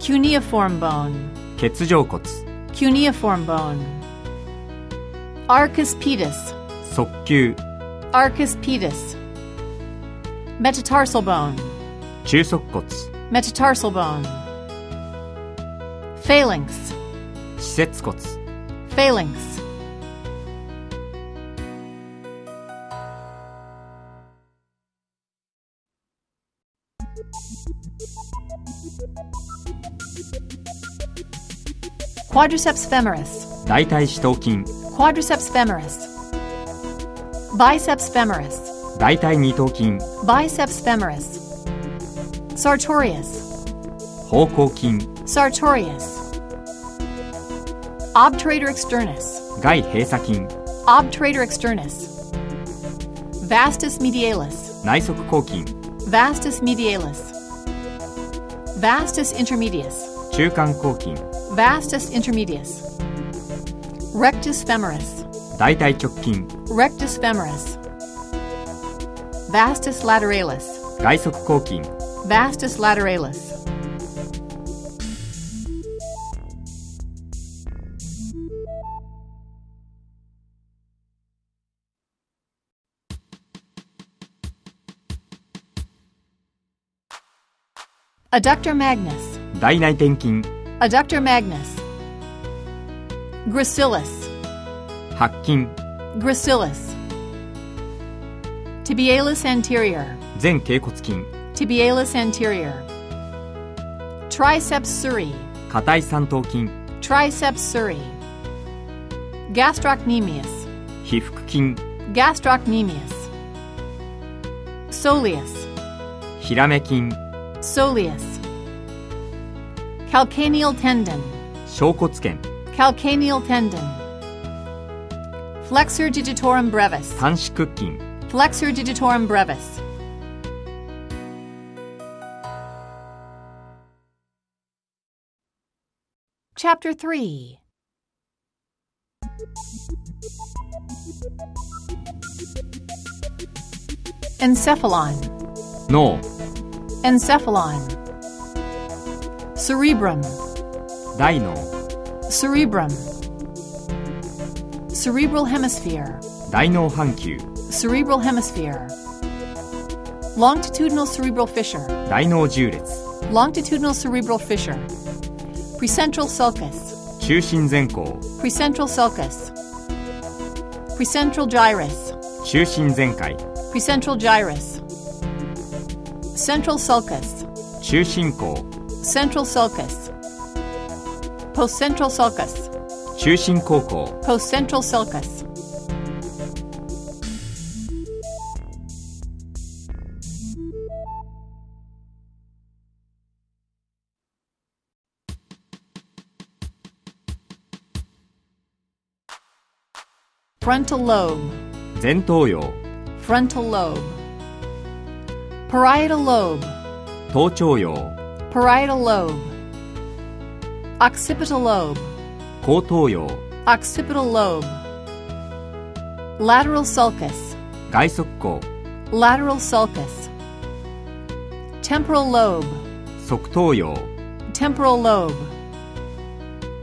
[SPEAKER 1] Cuneiform bone.
[SPEAKER 2] 欠上骨
[SPEAKER 1] Cuneiform bone. Arcus pedis.
[SPEAKER 2] 側球
[SPEAKER 1] Arcus pedis. Metatarsal bone.
[SPEAKER 2] 中足骨
[SPEAKER 1] Metatarsal bone. Phalanx.
[SPEAKER 2] 施設骨
[SPEAKER 1] Phalanx. quadriceps femoris,
[SPEAKER 2] 大腿四頭筋
[SPEAKER 1] quadriceps femoris, biceps femoris,
[SPEAKER 2] 大腿二頭筋
[SPEAKER 1] biceps femoris, sartorius,
[SPEAKER 2] 方向筋
[SPEAKER 1] sartorius, obturator externus,
[SPEAKER 2] 外閉鎖筋
[SPEAKER 1] obturator externus, vastus medialis,
[SPEAKER 2] 内側後筋
[SPEAKER 1] Vastus medialis. Vastus intermedius.
[SPEAKER 2] 中間後筋
[SPEAKER 1] Vastus intermedius. Rectus femoris.
[SPEAKER 2] 大腿直筋
[SPEAKER 1] Rectus femoris. Vastus lateralis.
[SPEAKER 2] 外側後筋
[SPEAKER 1] Vastus lateralis. Adductor magnus.
[SPEAKER 2] 大内転筋
[SPEAKER 1] Adductor magnus. Gracilis.
[SPEAKER 2] 白筋
[SPEAKER 1] Gracilis. Tibialis anterior.
[SPEAKER 2] 前脛骨筋
[SPEAKER 1] Tibialis anterior. Triceps suri.
[SPEAKER 2] 硬い三頭筋
[SPEAKER 1] Triceps suri. Gastrocnemius.
[SPEAKER 2] 腓腹筋
[SPEAKER 1] Gastrocnemius. Soleus.
[SPEAKER 2] ひらめ筋
[SPEAKER 1] Soleus. Calcaneal tendon.
[SPEAKER 2] 小骨腱
[SPEAKER 1] Calcaneal tendon. Flexor digitorum brevis.
[SPEAKER 2] 短縮筋
[SPEAKER 1] Flexor digitorum brevis. Chapter 3 Encephalon,
[SPEAKER 2] 脳
[SPEAKER 1] encephalon. Cerebrum,
[SPEAKER 2] 大脳
[SPEAKER 1] cerebrum. Cerebral hemisphere,
[SPEAKER 2] 大脳半球
[SPEAKER 1] cerebral hemisphere. Longitudinal cerebral fissure.
[SPEAKER 2] 大脳縦列
[SPEAKER 1] Longitudinal cerebral fissure. Precentral sulcus.
[SPEAKER 2] 中心前後
[SPEAKER 1] Precentral sulcus. Precentral gyrus.
[SPEAKER 2] 中心前回
[SPEAKER 1] Precentral gyrus. Central sulcus.
[SPEAKER 2] 中心後
[SPEAKER 1] Central sulcus. Postcentral sulcus.
[SPEAKER 2] 中心後方
[SPEAKER 1] Postcentral sulcus. Frontal lobe,
[SPEAKER 2] 前頭葉
[SPEAKER 1] frontal lobe. Parietal lobe,
[SPEAKER 2] 頭頂葉
[SPEAKER 1] parietal lobe. Occipital lobe,
[SPEAKER 2] 後頭葉
[SPEAKER 1] occipital lobe. Lateral sulcus,
[SPEAKER 2] 外側後
[SPEAKER 1] lateral sulcus, temporal lobe,
[SPEAKER 2] 側頭葉
[SPEAKER 1] temporal lobe,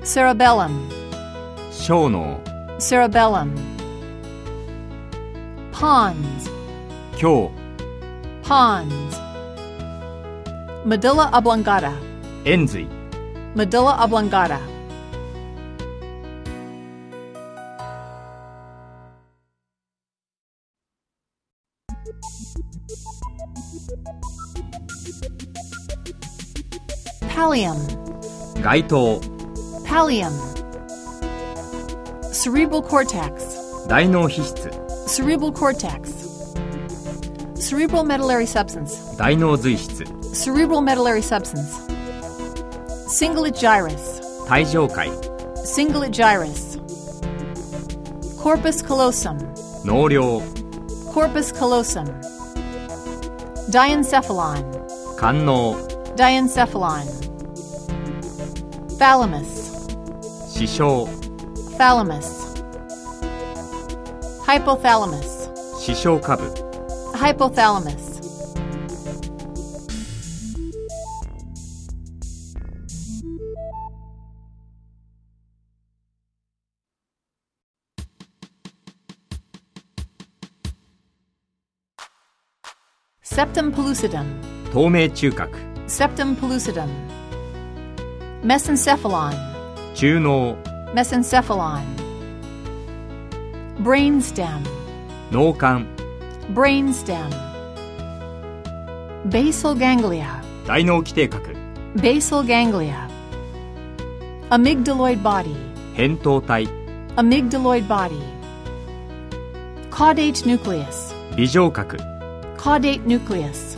[SPEAKER 1] cerebellum,
[SPEAKER 2] 小脳
[SPEAKER 1] cerebellum, pons,
[SPEAKER 2] 胸
[SPEAKER 1] pons, medulla oblongata,
[SPEAKER 2] 円髄
[SPEAKER 1] medulla oblongata. Pallium.
[SPEAKER 2] 外頭
[SPEAKER 1] Pallium. Cerebral cortex.
[SPEAKER 2] 大脳皮質
[SPEAKER 1] Cerebral cortex. Cerebral medullary substance.
[SPEAKER 2] 大脳髄質
[SPEAKER 1] Cerebral medullary substance. Cingulate gyrus.
[SPEAKER 2] 体上界
[SPEAKER 1] Cingulate gyrus. Corpus callosum.
[SPEAKER 2] 脳梁
[SPEAKER 1] Corpus callosum. Diencephalon.
[SPEAKER 2] 肝脳
[SPEAKER 1] Diencephalon. Thalamus.
[SPEAKER 2] 視床
[SPEAKER 1] Thalamus. Hypothalamus.
[SPEAKER 2] 視床下部
[SPEAKER 1] Hypothalamus. Septum pellucidum.
[SPEAKER 2] 透明中核
[SPEAKER 1] Septum pellucidum. Mesencephalon.
[SPEAKER 2] 中脳
[SPEAKER 1] Mesencephalon. Brainstem.
[SPEAKER 2] 脳幹
[SPEAKER 1] Brainstem. Basal ganglia.
[SPEAKER 2] 大脳基底核
[SPEAKER 1] Basal ganglia. amygdaloid body,
[SPEAKER 2] 扁桃体
[SPEAKER 1] amygdaloid body. Caudate nucleus,
[SPEAKER 2] 尾状核
[SPEAKER 1] caudate nucleus.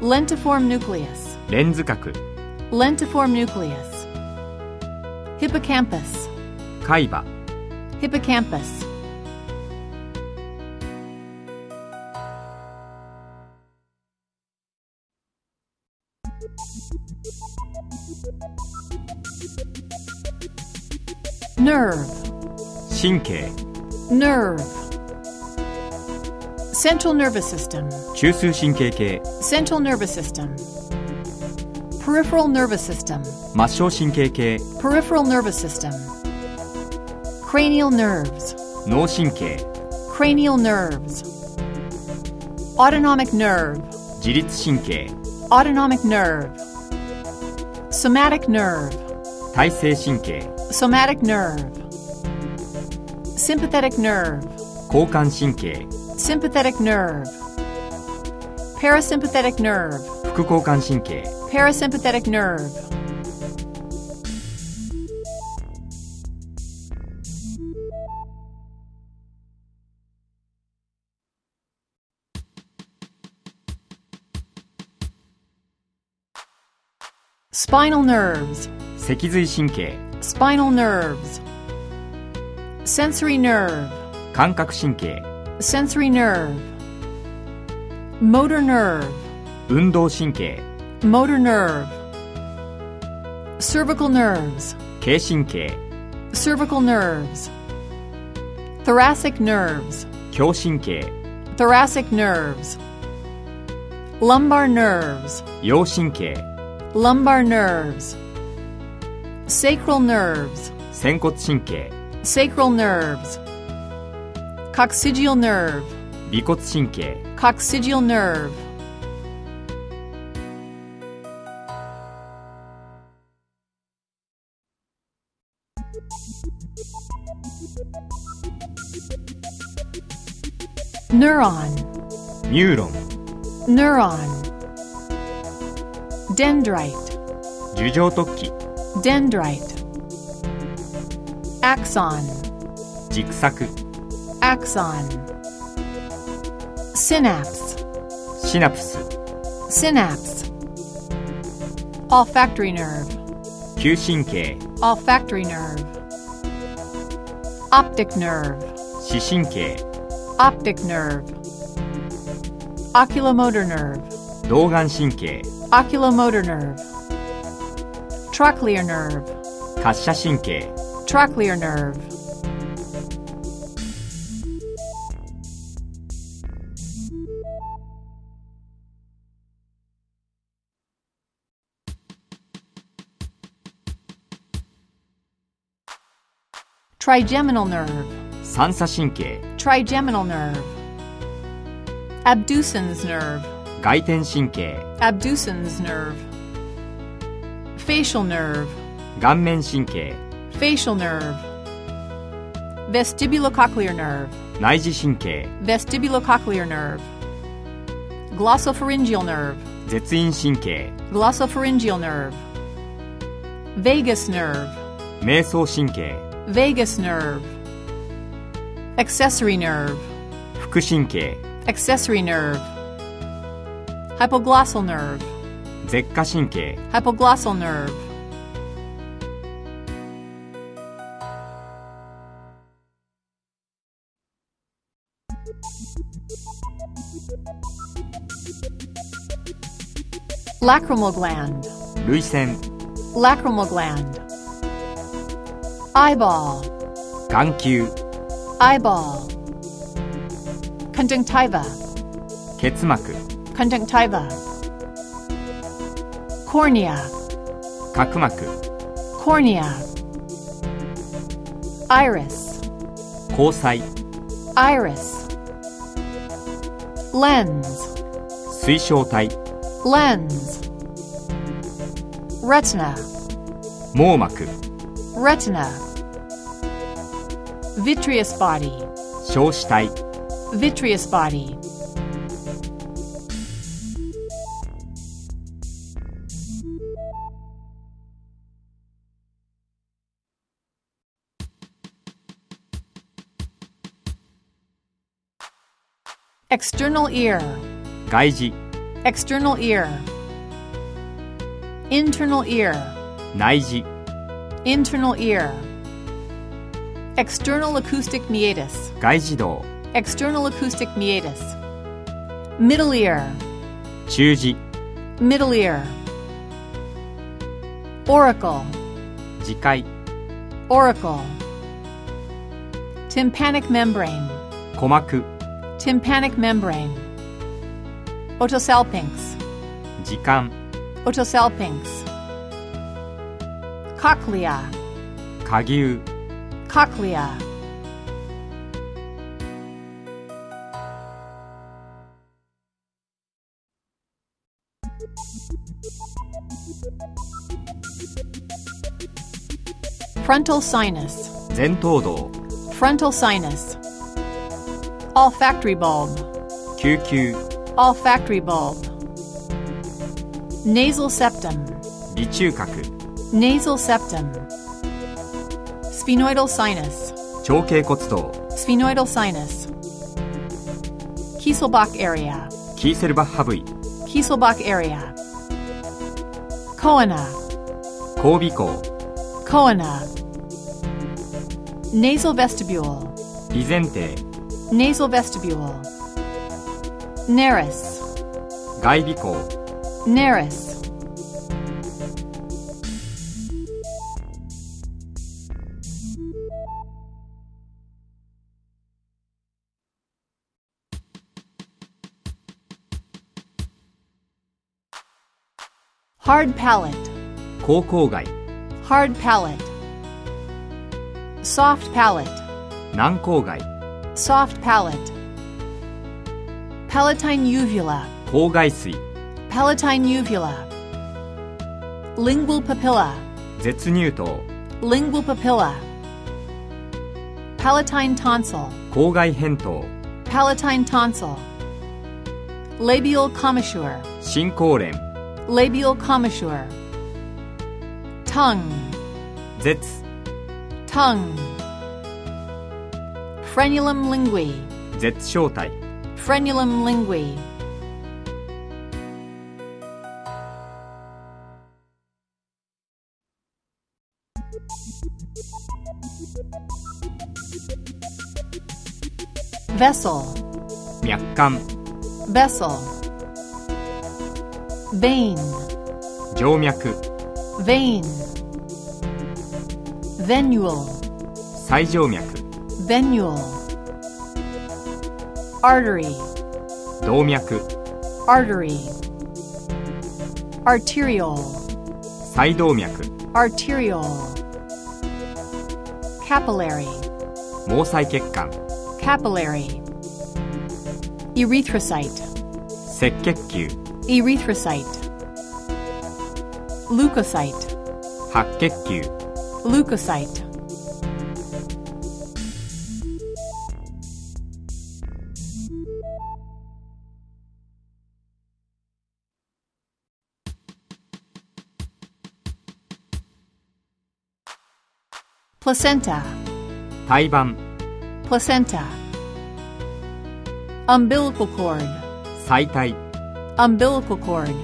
[SPEAKER 1] Lentiform nucleus,
[SPEAKER 2] レンズ核
[SPEAKER 1] lentiform nucleus. Hippocampus,
[SPEAKER 2] 海馬
[SPEAKER 1] hippocampus. Nerve,
[SPEAKER 2] 神経
[SPEAKER 1] nerve. Central nervous system,
[SPEAKER 2] 中枢神経系
[SPEAKER 1] central nervous system. Peripheral nervous system,
[SPEAKER 2] 末梢神経系
[SPEAKER 1] peripheral nervous system. Cranial nerves,
[SPEAKER 2] 脳神経
[SPEAKER 1] cranial nerves. Autonomic nerve,
[SPEAKER 2] 自律神経
[SPEAKER 1] autonomic nerve. Somatic nerve,
[SPEAKER 2] 体性神経
[SPEAKER 1] somatic nerve. Sympathetic nerve,
[SPEAKER 2] 交感神経
[SPEAKER 1] sympathetic nerve. Parasympathetic nerve,
[SPEAKER 2] 副交感神経
[SPEAKER 1] parasympathetic nerve. Spinal nerves,
[SPEAKER 2] 脊髄神経
[SPEAKER 1] spinal nerves. Sensory nerve,
[SPEAKER 2] 感覚神経
[SPEAKER 1] sensory nerve. Motor nerve,
[SPEAKER 2] 運動神経
[SPEAKER 1] motor nerve, cervical nerves,
[SPEAKER 2] 軽神経
[SPEAKER 1] cervical nerves, thoracic nerves,
[SPEAKER 2] 胸神経
[SPEAKER 1] thoracic nerves, lumbar nerves,
[SPEAKER 2] 腰神経
[SPEAKER 1] lumbar nerves, sacral nerves,
[SPEAKER 2] 仙骨神経
[SPEAKER 1] sacral nerves, coccygeal nerve,
[SPEAKER 2] 尾骨神経
[SPEAKER 1] coccygeal nerve. Neuron,
[SPEAKER 2] ニューロン
[SPEAKER 1] neuron. Dendrite,
[SPEAKER 2] 樹状突起
[SPEAKER 1] dendrite. Axon,
[SPEAKER 2] 軸索
[SPEAKER 1] axon. Synapse,
[SPEAKER 2] シナプス
[SPEAKER 1] Synapse. Olfactory nerve.
[SPEAKER 2] 嗅神経
[SPEAKER 1] Olfactory nerve. Optic nerve.
[SPEAKER 2] 視神経
[SPEAKER 1] Optic nerve. Oculomotor nerve.
[SPEAKER 2] 動眼神経
[SPEAKER 1] Oculomotor nerve. Trochlear nerve.
[SPEAKER 2] 滑車神経
[SPEAKER 1] Trochlear nerve. Trigeminal nerve,
[SPEAKER 2] 三叉神経
[SPEAKER 1] trigeminal nerve. Abducens nerve,
[SPEAKER 2] 外転神経
[SPEAKER 1] abducens nerve. Facial nerve,
[SPEAKER 2] 顔面神経
[SPEAKER 1] facial nerve. Vestibulocochlear nerve,
[SPEAKER 2] 内耳神経
[SPEAKER 1] vestibulocochlear nerve, glossopharyngeal nerve,
[SPEAKER 2] 舌咽神経
[SPEAKER 1] glossopharyngeal nerve, vagus nerve,
[SPEAKER 2] 迷走神経
[SPEAKER 1] vagus nerve, accessory nerve,
[SPEAKER 2] 副神経
[SPEAKER 1] accessory nerve, hypoglossal nerve,
[SPEAKER 2] 舌下神経
[SPEAKER 1] hypoglossal nerve. Lacrimal gland,
[SPEAKER 2] 涙腺
[SPEAKER 1] lacrimal gland. Eyeball,
[SPEAKER 2] 眼球
[SPEAKER 1] eyeball. Conjunctiva,
[SPEAKER 2] 結膜
[SPEAKER 1] conjunctiva. Cornea,
[SPEAKER 2] 角膜
[SPEAKER 1] cornea. Iris,
[SPEAKER 2] 虹彩
[SPEAKER 1] iris. Lens,
[SPEAKER 2] 水晶体
[SPEAKER 1] lens. Retina,
[SPEAKER 2] 網膜
[SPEAKER 1] retina. Vitreous body,
[SPEAKER 2] 小視体
[SPEAKER 1] vitreous body. external ear,
[SPEAKER 2] 外耳
[SPEAKER 1] external ear, internal ear,
[SPEAKER 2] 内耳
[SPEAKER 1] internal ear, external acoustic meatus,
[SPEAKER 2] 外耳道
[SPEAKER 1] external acoustic meatus, middle ear,
[SPEAKER 2] 中耳
[SPEAKER 1] middle ear, oracle,
[SPEAKER 2] 耳介
[SPEAKER 1] oracle, tympanic membrane,
[SPEAKER 2] 鼓膜
[SPEAKER 1] tympanic membrane, otosalpinx,
[SPEAKER 2] 耳管
[SPEAKER 1] otosalpinx, cochlea,
[SPEAKER 2] 下牛
[SPEAKER 1] cochlea. Frontal sinus.
[SPEAKER 2] 前頭道
[SPEAKER 1] Frontal sinus. Olfactory bulb.
[SPEAKER 2] 救急
[SPEAKER 1] Olfactory bulb. Nasal septum.
[SPEAKER 2] 鼻中隔
[SPEAKER 1] Nasal septum. Sphenoidal sinus.
[SPEAKER 2] 腸頸骨道
[SPEAKER 1] Sphenoidal sinus. Kieselbach area.
[SPEAKER 2] キーセルバッハ部位
[SPEAKER 1] Kieselbach area. Coena.
[SPEAKER 2] 後鼻孔
[SPEAKER 1] Coena. Nasal vestibule.
[SPEAKER 2] 鼻前庭
[SPEAKER 1] Nasal vestibule. Naris.
[SPEAKER 2] 外鼻孔
[SPEAKER 1] Naris. Hard palate,
[SPEAKER 2] 口腔外
[SPEAKER 1] hard palate. Soft palate,
[SPEAKER 2] 軟口外
[SPEAKER 1] soft palate. Palatine uvula,
[SPEAKER 2] 口外水
[SPEAKER 1] palatine uvula. Lingual papilla,
[SPEAKER 2] 舌乳頭
[SPEAKER 1] lingual papilla. Palatine tonsil,
[SPEAKER 2] 口外扁桃
[SPEAKER 1] palatine tonsil. Labial commissure,
[SPEAKER 2] 進口連
[SPEAKER 1] labial commissure. Tongue,
[SPEAKER 2] 舌
[SPEAKER 1] tongue. Frenulum lingui,
[SPEAKER 2] 舌小体
[SPEAKER 1] frenulum lingui. Vessel,
[SPEAKER 2] 脈管
[SPEAKER 1] vessel. Vein,
[SPEAKER 2] 静脈
[SPEAKER 1] vein. Venule,
[SPEAKER 2] 最静脈
[SPEAKER 1] venule. Artery,
[SPEAKER 2] 動脈
[SPEAKER 1] artery arterial
[SPEAKER 2] 細動脈
[SPEAKER 1] arterial capillary
[SPEAKER 2] 毛細血管
[SPEAKER 1] capillary erythrocyte
[SPEAKER 2] 赤血球
[SPEAKER 1] erythrocyte leukocyte
[SPEAKER 2] 白血球
[SPEAKER 1] leukocyte placenta
[SPEAKER 2] 胎盤
[SPEAKER 1] placenta umbilical cord
[SPEAKER 2] 細体
[SPEAKER 1] umbilical cord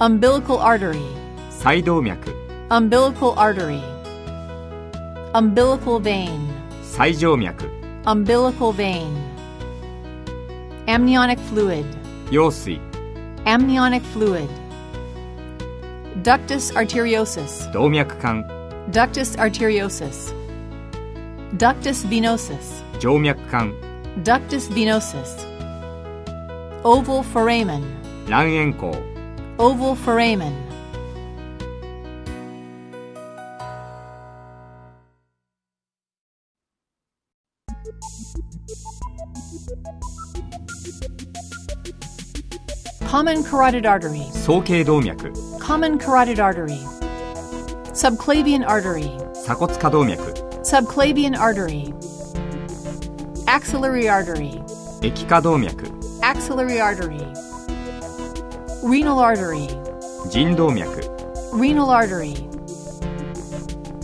[SPEAKER 1] umbilical artery
[SPEAKER 2] 細動脈
[SPEAKER 1] umbilical artery umbilical vein
[SPEAKER 2] 最静脈
[SPEAKER 1] umbilical vein amniotic fluid
[SPEAKER 2] 羊水
[SPEAKER 1] amniotic fluid ductus arteriosus
[SPEAKER 2] 動脈管
[SPEAKER 1] ductus arteriosus ductus venosus
[SPEAKER 2] 静脈管
[SPEAKER 1] ductus venosus oval foramen
[SPEAKER 2] 卵円孔
[SPEAKER 1] oval foramen. Common carotid artery,
[SPEAKER 2] 総頸動脈
[SPEAKER 1] common carotid artery, subclavian artery,
[SPEAKER 2] 鎖骨下動脈
[SPEAKER 1] subclavian artery, axillary artery,
[SPEAKER 2] 液下動脈
[SPEAKER 1] axillary artery, renal artery,
[SPEAKER 2] 腎動脈
[SPEAKER 1] renal artery,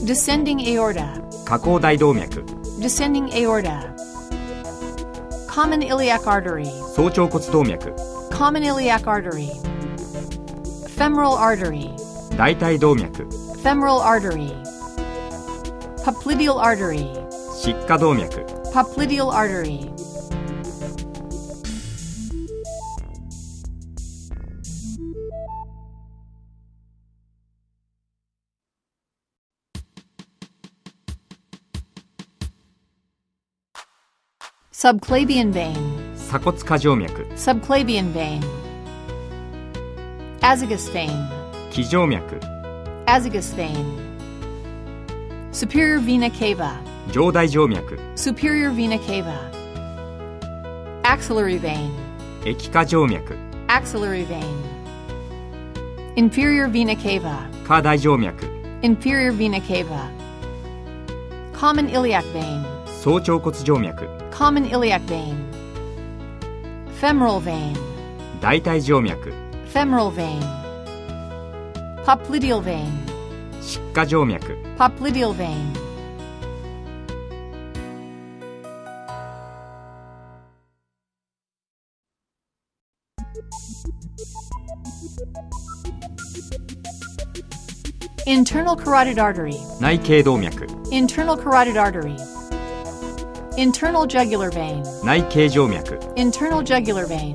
[SPEAKER 1] descending aorta,
[SPEAKER 2] 下口大動脈
[SPEAKER 1] descending aorta, Common iliac artery.
[SPEAKER 2] 早朝骨動脈
[SPEAKER 1] Common iliac artery. Femoral artery.
[SPEAKER 2] 大腿動脈
[SPEAKER 1] Femoral artery. Popliteal artery.
[SPEAKER 2] 疾下動脈
[SPEAKER 1] Popliteal artery. Subclavian vein,
[SPEAKER 2] 鎖骨下静脈
[SPEAKER 1] subclavian vein, azygous vein,
[SPEAKER 2] 気静脈
[SPEAKER 1] azygous vein, superior vena cava,
[SPEAKER 2] 上大静脈
[SPEAKER 1] superior vena cava, axillary vein,
[SPEAKER 2] 液下静脈
[SPEAKER 1] axillary vein, inferior vena cava,
[SPEAKER 2] 下大静脈
[SPEAKER 1] inferior vena cava, common iliac vein,
[SPEAKER 2] 早朝骨静脈
[SPEAKER 1] common iliac vein, femoral vein,
[SPEAKER 2] 大腿静脈
[SPEAKER 1] femoral vein, popliteal vein,
[SPEAKER 2] 疾下静脈
[SPEAKER 1] popliteal vein. Internal carotid artery,
[SPEAKER 2] 内頸動脈
[SPEAKER 1] internal carotid artery, internal jugular vein,
[SPEAKER 2] 内頸静脈
[SPEAKER 1] internal jugular vein,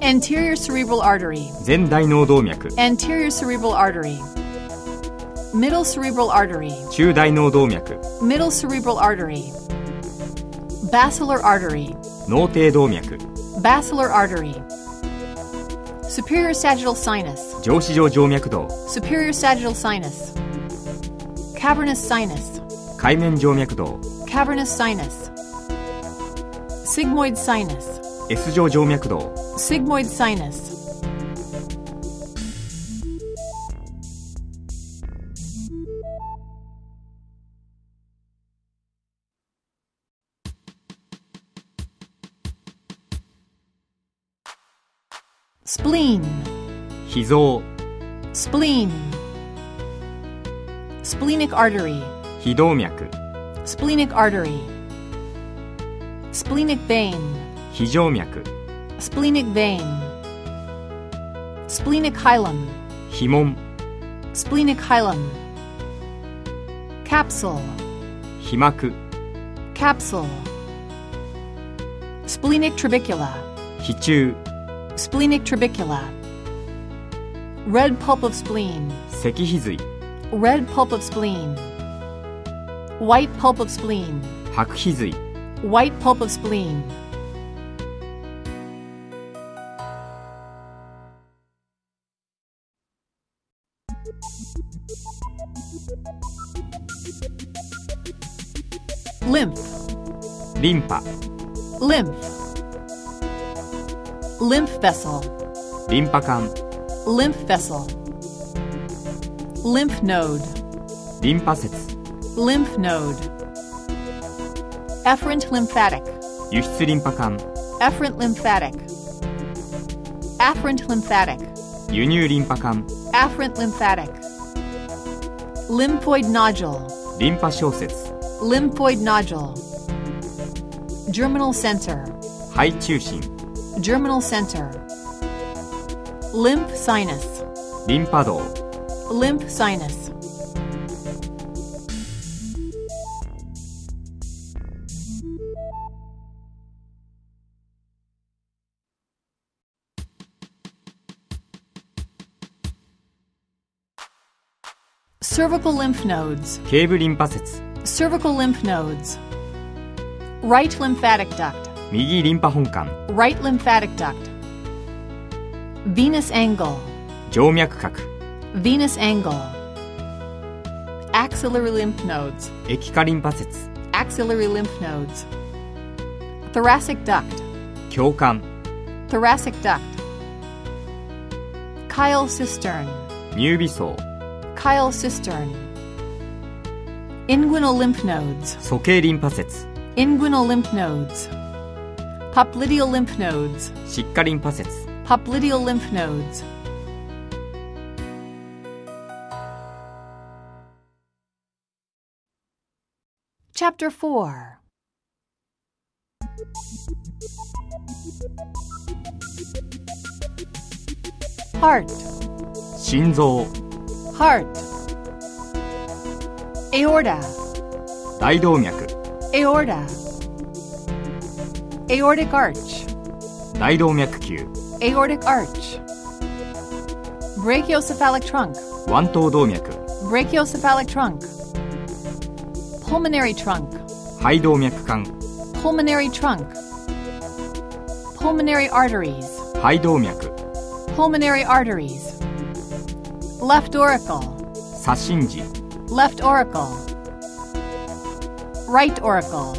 [SPEAKER 1] anterior cerebral artery,
[SPEAKER 2] 前大脳動脈
[SPEAKER 1] anterior cerebral artery, middle cerebral artery,
[SPEAKER 2] 中大脳動脈
[SPEAKER 1] middle cerebral artery, basilar artery,
[SPEAKER 2] 脳底動脈
[SPEAKER 1] basilar artery, superior sagittal sinus,
[SPEAKER 2] 上視上静脈動
[SPEAKER 1] superior sagittal sinus, cavernous sinus,
[SPEAKER 2] 海面静脈動
[SPEAKER 1] cavernous sinus, sigmoid sinus,
[SPEAKER 2] S 状静脈動
[SPEAKER 1] sigmoid sinus. Spleen.
[SPEAKER 2] 脾臓
[SPEAKER 1] Spleen. Splenic artery.
[SPEAKER 2] 脾動脈
[SPEAKER 1] Splenic artery. Splenic vein.
[SPEAKER 2] 非静脈
[SPEAKER 1] Splenic vein. Splenic hilum.
[SPEAKER 2] 非門
[SPEAKER 1] Splenic hilum. Capsule.
[SPEAKER 2] 飛膜
[SPEAKER 1] Capsule. Splenic trabecula.
[SPEAKER 2] 非中
[SPEAKER 1] Splenic trabecula. Red pulp of spleen.
[SPEAKER 2] 脊皮髄
[SPEAKER 1] Red pulp of spleen. White pulp of spleen.
[SPEAKER 2] 白皮髄
[SPEAKER 1] White pulp of spleen. Lymph,
[SPEAKER 2] リンパ
[SPEAKER 1] lymph. Lymph vessel,
[SPEAKER 2] リンパ管
[SPEAKER 1] lymph vessel. Lymph node,
[SPEAKER 2] リンパ節
[SPEAKER 1] lymph node. Efferent lymphatic,
[SPEAKER 2] 輸出リンパ管
[SPEAKER 1] Efferent lymphatic. Afferent lymphatic.
[SPEAKER 2] 輸入リンパ管
[SPEAKER 1] Afferent lymphatic. Lymphoid nodule.
[SPEAKER 2] リンパ小節
[SPEAKER 1] Lymphoid nodule. Germinal center.
[SPEAKER 2] 肺中心
[SPEAKER 1] Germinal center. Lymph sinus.
[SPEAKER 2] リンパ道
[SPEAKER 1] Lymph sinus. Cervical lymph nodes.
[SPEAKER 2] 頸部リンパ節
[SPEAKER 1] Cervical lymph nodes. Right lymphatic duct.
[SPEAKER 2] 右リンパ本管
[SPEAKER 1] Right lymphatic duct. Venous angle.
[SPEAKER 2] 静脈核
[SPEAKER 1] Venous angle. Axillary lymph nodes.
[SPEAKER 2] 液化リンパ節
[SPEAKER 1] Axillary lymph nodes. Thoracic duct.
[SPEAKER 2] 胸管
[SPEAKER 1] Thoracic duct. Chyle cistern.
[SPEAKER 2] 乳尾層
[SPEAKER 1] Chyle cistern. Inguinal lymph nodes.
[SPEAKER 2] 鼠径リンパ節
[SPEAKER 1] Inguinal lymph nodes. Popliteal lymph nodes.
[SPEAKER 2] 疾下リンパ節
[SPEAKER 1] Popliteal lymph nodes. Chapter 4 heart,
[SPEAKER 2] 心臓
[SPEAKER 1] heart. Aorta,
[SPEAKER 2] 大動脈
[SPEAKER 1] aorta. Aortic arch,
[SPEAKER 2] 大動脈球
[SPEAKER 1] aortic arch. Brachiocephalic trunk,
[SPEAKER 2] 腕頭動脈
[SPEAKER 1] brachiocephalic trunk. Pulmonary trunk,
[SPEAKER 2] 肺動脈管
[SPEAKER 1] pulmonary trunk. Pulmonary arteries,
[SPEAKER 2] 肺動脈
[SPEAKER 1] pulmonary arteries. Left auricle,
[SPEAKER 2] 左心耳
[SPEAKER 1] left auricle. Right auricle,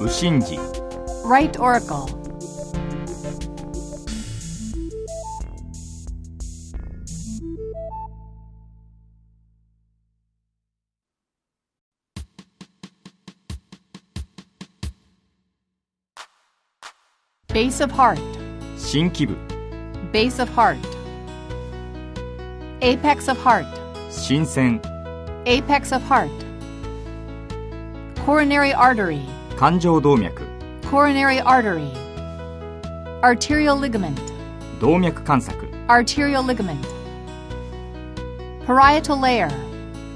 [SPEAKER 2] 右心耳
[SPEAKER 1] right auricle. Base of heart,
[SPEAKER 2] 心気部
[SPEAKER 1] base of heart. Apex of heart,
[SPEAKER 2] 心線
[SPEAKER 1] apex of heart. Coronary artery,
[SPEAKER 2] 冠状動脈
[SPEAKER 1] coronary artery. Arterial ligament,
[SPEAKER 2] 動脈関索
[SPEAKER 1] arterial ligament. Parietal layer,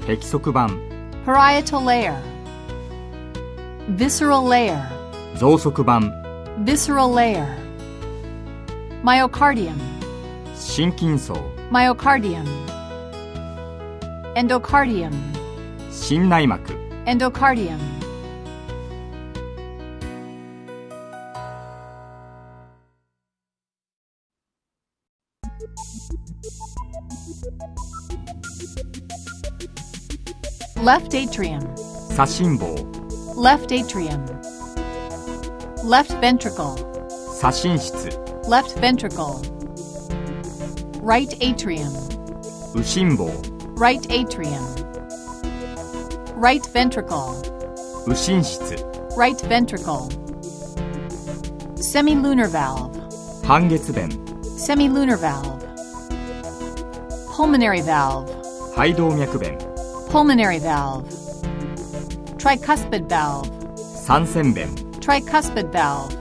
[SPEAKER 2] 壁側板
[SPEAKER 1] parietal layer. Visceral layer,
[SPEAKER 2] 増側板
[SPEAKER 1] visceral layer. Myocardium,
[SPEAKER 2] 心筋層
[SPEAKER 1] myocardium. Endocardium,
[SPEAKER 2] 心内膜
[SPEAKER 1] endocardium. Left atrium,
[SPEAKER 2] 左心房
[SPEAKER 1] left atrium. Left ventricle,
[SPEAKER 2] 左心室
[SPEAKER 1] left ventricle. Right atrium,
[SPEAKER 2] 右心房
[SPEAKER 1] right atrium. Right ventricle.
[SPEAKER 2] 右心室
[SPEAKER 1] right ventricle. Semilunar valve,
[SPEAKER 2] 半月弁
[SPEAKER 1] semilunar valve. Pulmonary valve,
[SPEAKER 2] 肺動脈弁
[SPEAKER 1] pulmonary valve. Tricuspid valve,
[SPEAKER 2] 三線弁
[SPEAKER 1] tricuspid valve.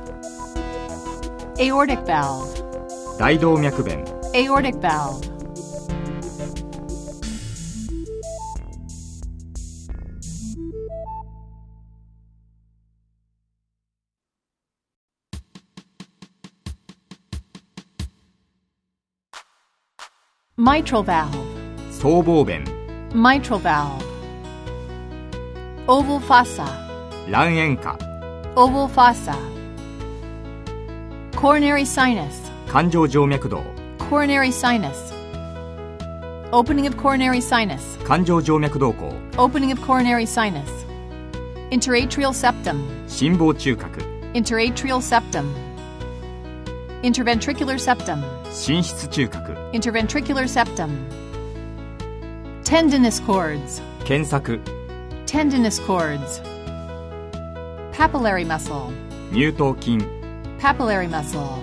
[SPEAKER 1] Aortic valve,
[SPEAKER 2] 大動脈弁
[SPEAKER 1] aortic valve. Mitral valve.
[SPEAKER 2] 僧帽弁
[SPEAKER 1] mitral valve, oval fossa,
[SPEAKER 2] 卵円下
[SPEAKER 1] oval fossa, coronary sinus,
[SPEAKER 2] 環状静脈動
[SPEAKER 1] coronary sinus, opening of coronary sinus,
[SPEAKER 2] 環状静脈動向
[SPEAKER 1] opening of coronary sinus, interatrial septum,
[SPEAKER 2] 心房中隔
[SPEAKER 1] interatrial septum, interventricular septum,
[SPEAKER 2] 心室中隔
[SPEAKER 1] interventricular septum, tendinous cords,
[SPEAKER 2] 検索
[SPEAKER 1] tendinous cords, papillary muscle.
[SPEAKER 2] 乳頭筋
[SPEAKER 1] papillary muscle.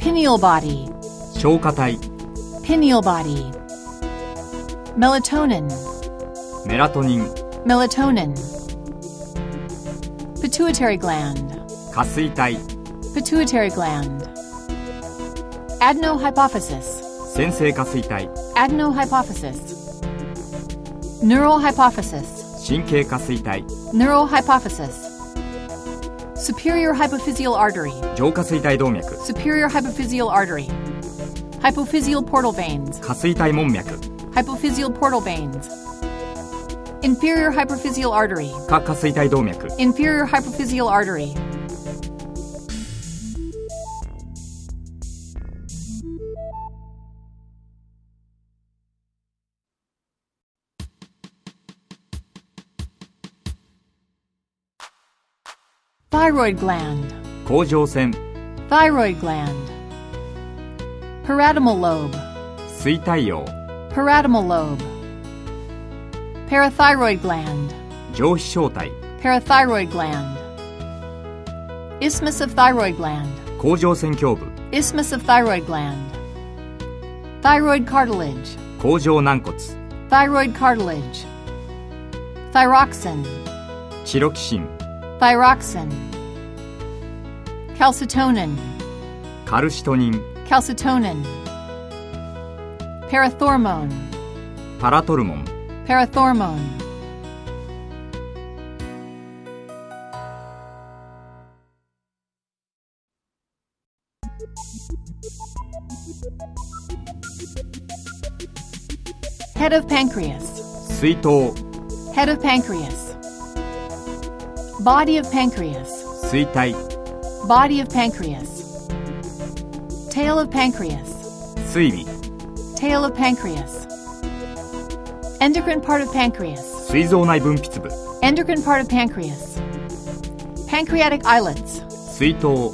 [SPEAKER 1] Pineal body,
[SPEAKER 2] 消化体
[SPEAKER 1] pineal body. Melatonin,
[SPEAKER 2] メラトニン
[SPEAKER 1] melatonin. Pituitary gland,
[SPEAKER 2] 下垂体
[SPEAKER 1] pituitary gland. Adenohypophysis,
[SPEAKER 2] 先性下垂体
[SPEAKER 1] Adenohypophysis. Neurohypophysis.
[SPEAKER 2] 神経下垂体
[SPEAKER 1] Neurohypophysis. Superior hypophyseal artery.
[SPEAKER 2] 上下垂体動脈
[SPEAKER 1] Superior hypophyseal artery. Hypophyseal portal veins.
[SPEAKER 2] 下垂体門脈
[SPEAKER 1] Hypophyseal portal veins. Inferior hypophyseal artery.
[SPEAKER 2] 下下垂体動脈
[SPEAKER 1] Inferior hypophyseal artery. Thyroid gland,
[SPEAKER 2] 甲状腺
[SPEAKER 1] thyroid gland. Paradimal lobe,
[SPEAKER 2] 水体葉
[SPEAKER 1] paradimal lobe. Parathyroid gland,
[SPEAKER 2] 上皮小体
[SPEAKER 1] parathyroid gland. Isthmus of thyroid gland,
[SPEAKER 2] 甲状腺胸部
[SPEAKER 1] Isthmus of thyroid gland. Thyroid cartilage.
[SPEAKER 2] 甲状軟骨
[SPEAKER 1] Thyroid cartilage. Thyroxin.
[SPEAKER 2] チロキシン
[SPEAKER 1] Thyroxin. Calcitonin.
[SPEAKER 2] カルシトニン
[SPEAKER 1] Calcitonin. Parathormone.
[SPEAKER 2] パラトルモン
[SPEAKER 1] Parathormone. Head of pancreas.
[SPEAKER 2] 膵頭
[SPEAKER 1] Head of pancreas. Body of pancreas.
[SPEAKER 2] 膵体
[SPEAKER 1] Body of pancreas. Tail of pancreas.
[SPEAKER 2] 膵尾
[SPEAKER 1] Tail of pancreas. Endocrine part of pancreas.
[SPEAKER 2] 膵臓内分泌部
[SPEAKER 1] Endocrine part of pancreas. Pancreatic islets.
[SPEAKER 2] 膵頭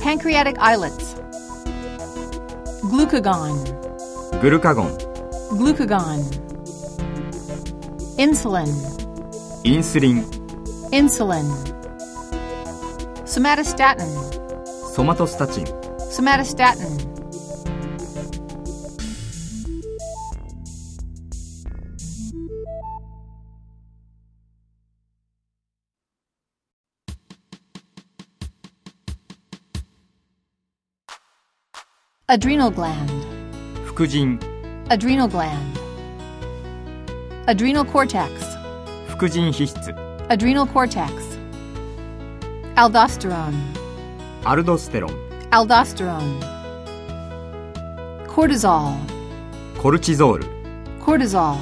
[SPEAKER 1] Pancreatic islets. Glucagon.
[SPEAKER 2] グルカゴン
[SPEAKER 1] Glucagon. Insulin.
[SPEAKER 2] インスリン
[SPEAKER 1] Insulin. Somatostatin.
[SPEAKER 2] ソマトスタチン
[SPEAKER 1] Somatostatin. Adrenal gland.
[SPEAKER 2] 副腎
[SPEAKER 1] Adrenal gland. Adrenal cortex.
[SPEAKER 2] 副腎皮質
[SPEAKER 1] Adrenal cortex. Aldosterone.
[SPEAKER 2] アルドステロン
[SPEAKER 1] Aldosterone. Cortisol.
[SPEAKER 2] コルチゾール
[SPEAKER 1] Cortisol.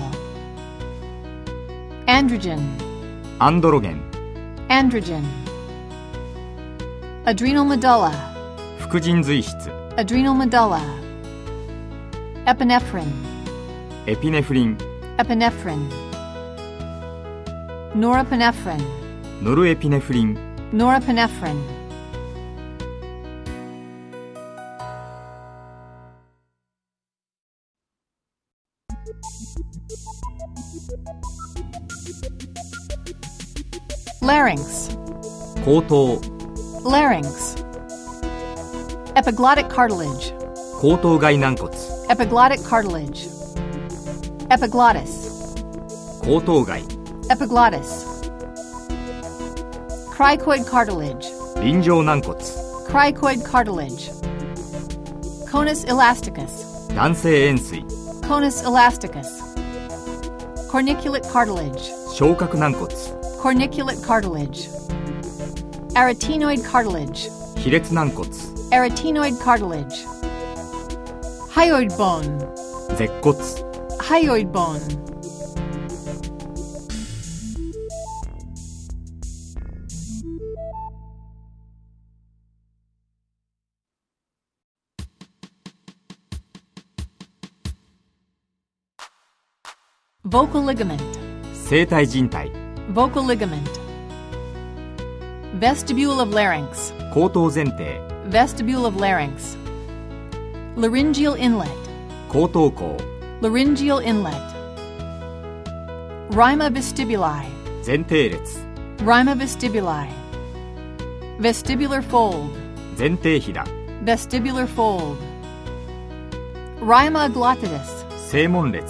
[SPEAKER 1] Androgen.
[SPEAKER 2] アンドロゲン
[SPEAKER 1] Androgen. Adrenal medulla.
[SPEAKER 2] 副腎髄質
[SPEAKER 1] Adrenal medulla. Epinephrine.
[SPEAKER 2] エピネフリン
[SPEAKER 1] Epinephrine. Norepinephrine.
[SPEAKER 2] ノルエピネフリン
[SPEAKER 1] Norepinephrine. Larynx,
[SPEAKER 2] 喉頭
[SPEAKER 1] larynx. Epiglottic cartilage,
[SPEAKER 2] 喉頭蓋軟骨
[SPEAKER 1] epiglottic cartilage. Epiglottis,
[SPEAKER 2] 喉頭蓋
[SPEAKER 1] epiglottis. Cricoid cartilage,
[SPEAKER 2] 臨場軟骨
[SPEAKER 1] Cricoid cartilage. Conus elasticus.
[SPEAKER 2] 男性円錐
[SPEAKER 1] Conus elasticus. Corniculate cartilage.
[SPEAKER 2] 昇格軟骨
[SPEAKER 1] Corniculate cartilage. Aretinoid cartilage.
[SPEAKER 2] 卑劣軟骨
[SPEAKER 1] Aretinoid cartilage. Hyoid bone.
[SPEAKER 2] 舌骨
[SPEAKER 1] Hyoid bone. Vocal ligament.
[SPEAKER 2] 声帯靭帯
[SPEAKER 1] Vocal ligament. Vestibule of larynx.
[SPEAKER 2] 喉頭前庭
[SPEAKER 1] Vestibule of larynx. Laryngeal inlet.
[SPEAKER 2] 喉頭口
[SPEAKER 1] Laryngeal inlet. Rhima vestibuli.
[SPEAKER 2] 前庭列
[SPEAKER 1] Rhima vestibuli. Vestibular fold.
[SPEAKER 2] 前庭ひだ
[SPEAKER 1] Vestibular fold. Rhima glottidis.
[SPEAKER 2] 正門列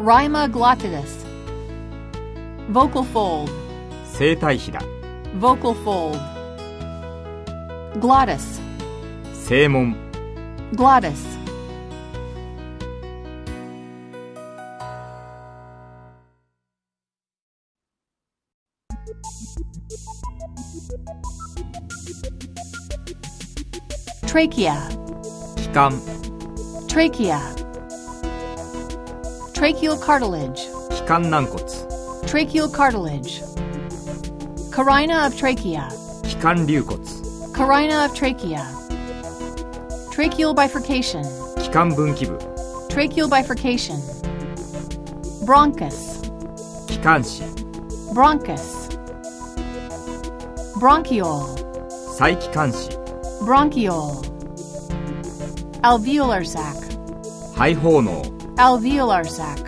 [SPEAKER 1] Rhima glottidis. Vocal fold.
[SPEAKER 2] 声帯ひだ
[SPEAKER 1] Vocal fold. Glottis.
[SPEAKER 2] 正門
[SPEAKER 1] Glottis. Trachea.
[SPEAKER 2] 気管
[SPEAKER 1] Trachea. Tracheal cartilage.
[SPEAKER 2] 気管軟骨
[SPEAKER 1] Tracheal cartilage. Carina of trachea.
[SPEAKER 2] 気管流骨
[SPEAKER 1] Carina of trachea. Tracheal bifurcation.
[SPEAKER 2] 気管分岐部
[SPEAKER 1] Tracheal bifurcation. Bronchus.
[SPEAKER 2] 気管支
[SPEAKER 1] Bronchus. Bronchiole.
[SPEAKER 2] 細気管支
[SPEAKER 1] Bronchiole. Alveolar sac.
[SPEAKER 2] 肺胞脳
[SPEAKER 1] Alveolar sac.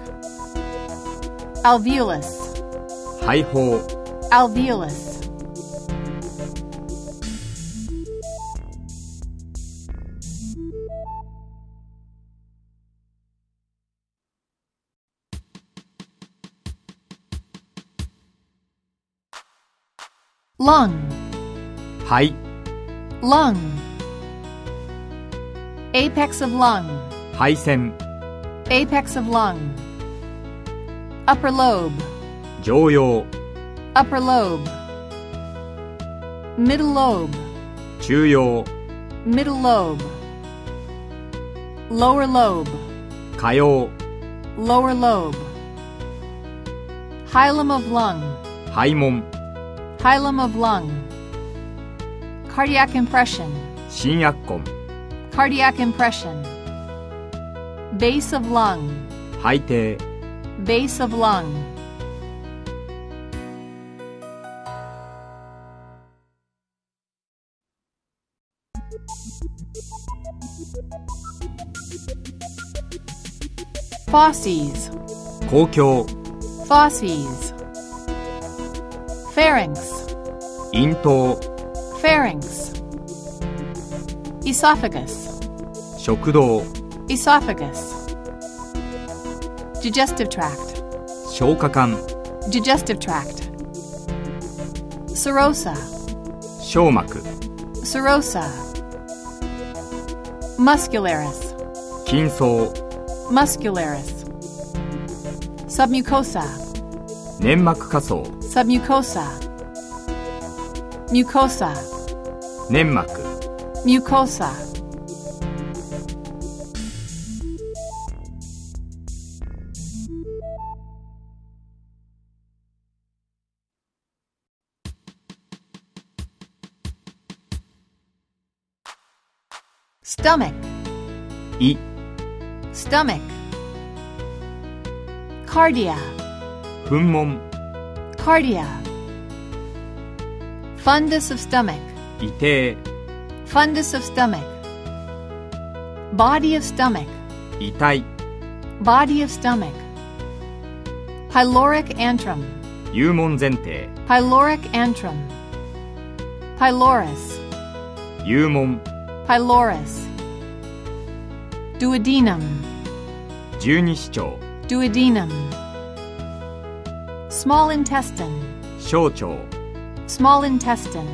[SPEAKER 1] Alveolus.
[SPEAKER 2] 肺胞
[SPEAKER 1] Alveolus. lung,
[SPEAKER 2] 肺
[SPEAKER 1] lung. Apex of lung,
[SPEAKER 2] 肺腺
[SPEAKER 1] apex of lung. Upper lobe,
[SPEAKER 2] 上葉
[SPEAKER 1] upper lobe. Middle lobe,
[SPEAKER 2] 中葉
[SPEAKER 1] middle lobe. Lower lobe,
[SPEAKER 2] 下葉
[SPEAKER 1] lower lobe. Hilum of lung,
[SPEAKER 2] 肺門
[SPEAKER 1] Hilum of lung. Cardiac impression.
[SPEAKER 2] 新圧痕
[SPEAKER 1] Cardiac impression. Base of lung.
[SPEAKER 2] 肺底
[SPEAKER 1] Base of lung. Fosses.
[SPEAKER 2] 公共
[SPEAKER 1] Fosses. Pharynx.
[SPEAKER 2] 咽頭
[SPEAKER 1] Pharynx. Esophagus.
[SPEAKER 2] 食道
[SPEAKER 1] Esophagus. Digestive tract.
[SPEAKER 2] 消化管
[SPEAKER 1] Digestive tract. Serosa.
[SPEAKER 2] 小膜
[SPEAKER 1] Serosa. Muscularis.
[SPEAKER 2] 筋層
[SPEAKER 1] Muscularis. Submucosa.
[SPEAKER 2] 粘膜下層
[SPEAKER 1] Submucosa. Mucosa.
[SPEAKER 2] 粘膜
[SPEAKER 1] Mucosa. Stomach,
[SPEAKER 2] 胃
[SPEAKER 1] stomach. Cardia,
[SPEAKER 2] 噴門
[SPEAKER 1] cardia. Fundus of stomach,
[SPEAKER 2] 胃底
[SPEAKER 1] fundus of stomach. Body of stomach,
[SPEAKER 2] 遺体
[SPEAKER 1] Body of stomach. Pyloric antrum.
[SPEAKER 2] 幽門前提
[SPEAKER 1] Pyloric antrum. Pylorus.
[SPEAKER 2] 幽門
[SPEAKER 1] Pylorus. Duodenum.
[SPEAKER 2] 十二指腸
[SPEAKER 1] Duodenum. Small intestine.
[SPEAKER 2] 小腸
[SPEAKER 1] Small intestine.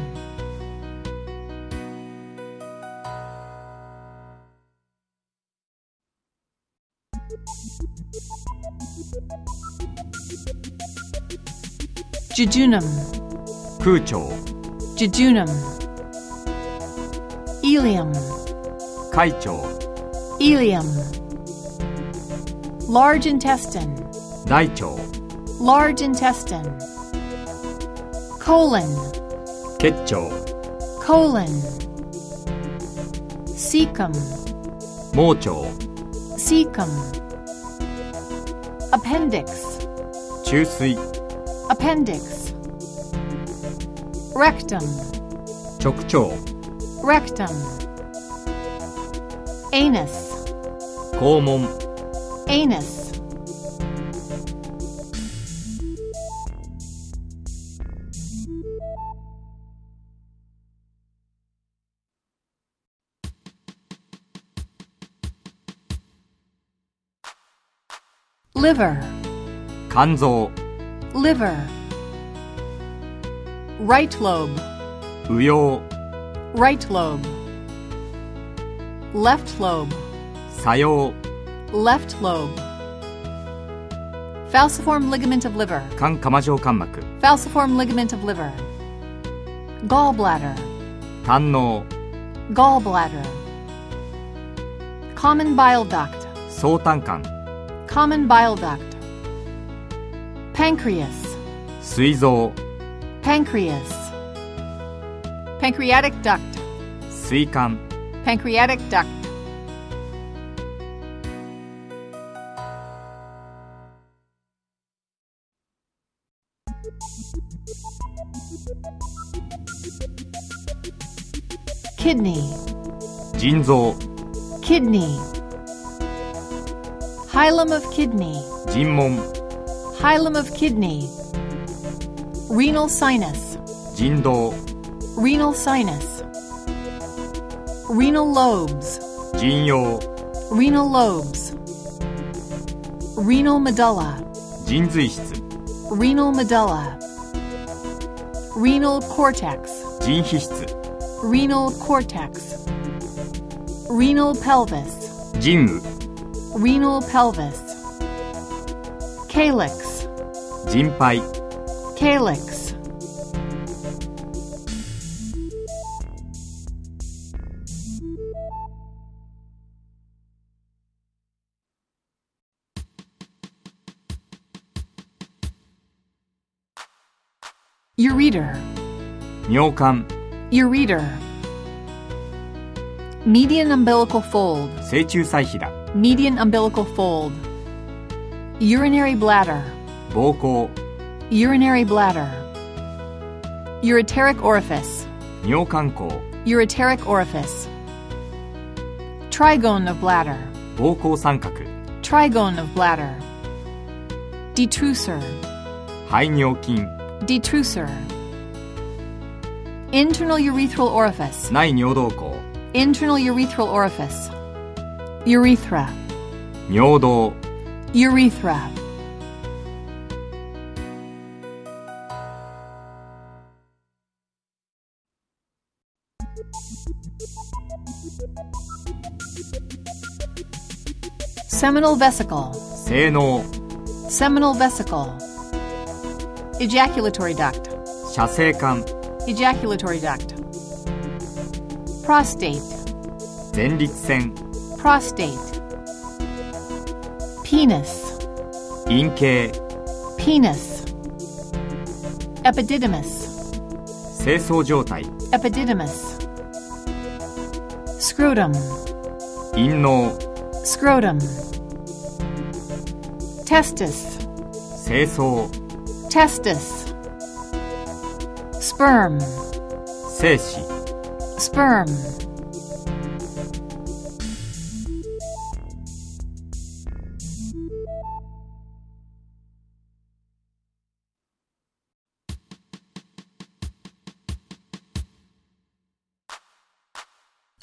[SPEAKER 1] Jejunum.
[SPEAKER 2] 空腸
[SPEAKER 1] jejunum, ilium,
[SPEAKER 2] 海腸
[SPEAKER 1] ilium, large intestine,
[SPEAKER 2] 大腸
[SPEAKER 1] large intestine, colon,
[SPEAKER 2] 結腸
[SPEAKER 1] colon, cecum,
[SPEAKER 2] 盲腸
[SPEAKER 1] cecum, appendix,
[SPEAKER 2] 中水
[SPEAKER 1] appendix, rectum,
[SPEAKER 2] 直腸
[SPEAKER 1] rectum, anus.
[SPEAKER 2] 肛門
[SPEAKER 1] anus. Liver,
[SPEAKER 2] 肝臓
[SPEAKER 1] liver. Right lobe,
[SPEAKER 2] 右葉
[SPEAKER 1] right lobe. Left lobe,
[SPEAKER 2] 左葉
[SPEAKER 1] left lobe. Falciform ligament of liver.
[SPEAKER 2] 肝釜状肝膜
[SPEAKER 1] Falciform ligament of liver. Gallbladder.
[SPEAKER 2] 胆嚢
[SPEAKER 1] Gallbladder. Common bile duct.
[SPEAKER 2] 総胆管
[SPEAKER 1] Common bile duct. Pancreas.
[SPEAKER 2] 膵臓
[SPEAKER 1] Pancreas. Pancreatic duct.
[SPEAKER 2] 膵管
[SPEAKER 1] Pancreatic duct. Kidney,
[SPEAKER 2] 腎臓
[SPEAKER 1] kidney. Hilum of kidney,
[SPEAKER 2] 腎門
[SPEAKER 1] hilum of kidney. Renal sinus,
[SPEAKER 2] 腎道
[SPEAKER 1] renal sinus. Renal lobes,
[SPEAKER 2] 腎葉
[SPEAKER 1] Renal lobes. Renal medulla.
[SPEAKER 2] 腎髄質
[SPEAKER 1] Renal medulla. renal cortex,
[SPEAKER 2] 腎皮質
[SPEAKER 1] renal cortex, renal pelvis,
[SPEAKER 2] 腎雨
[SPEAKER 1] renal pelvis, calyx,
[SPEAKER 2] 腎肺
[SPEAKER 1] calyx. Ureter.
[SPEAKER 2] 尿管
[SPEAKER 1] Ureter. Median umbilical fold.
[SPEAKER 2] 正中細肥だ
[SPEAKER 1] Median umbilical fold. Urinary bladder.
[SPEAKER 2] 膀胱
[SPEAKER 1] Urinary bladder. Ureteric orifice.
[SPEAKER 2] 尿管孔
[SPEAKER 1] Ureteric orifice. Trigone of bladder.
[SPEAKER 2] 膀胱三角
[SPEAKER 1] Trigone of bladder. Detrusor.
[SPEAKER 2] 排尿筋
[SPEAKER 1] Detrusor. Internal urethral orifice.
[SPEAKER 2] 内尿道口
[SPEAKER 1] Internal urethral orifice. Urethra.
[SPEAKER 2] 尿道
[SPEAKER 1] Urethra. Seminal vesicle.
[SPEAKER 2] 性能
[SPEAKER 1] Seminal vesicle. Ejaculatory duct.
[SPEAKER 2] 射精管
[SPEAKER 1] Ejaculatory duct. Prostate.
[SPEAKER 2] 前立腺
[SPEAKER 1] prostate penis
[SPEAKER 2] 陰茎
[SPEAKER 1] penis epididymis
[SPEAKER 2] 清掃状態
[SPEAKER 1] epididymis scrotum
[SPEAKER 2] 陰嚢
[SPEAKER 1] scrotum testis
[SPEAKER 2] 清掃
[SPEAKER 1] testis sperm
[SPEAKER 2] 精子
[SPEAKER 1] sperm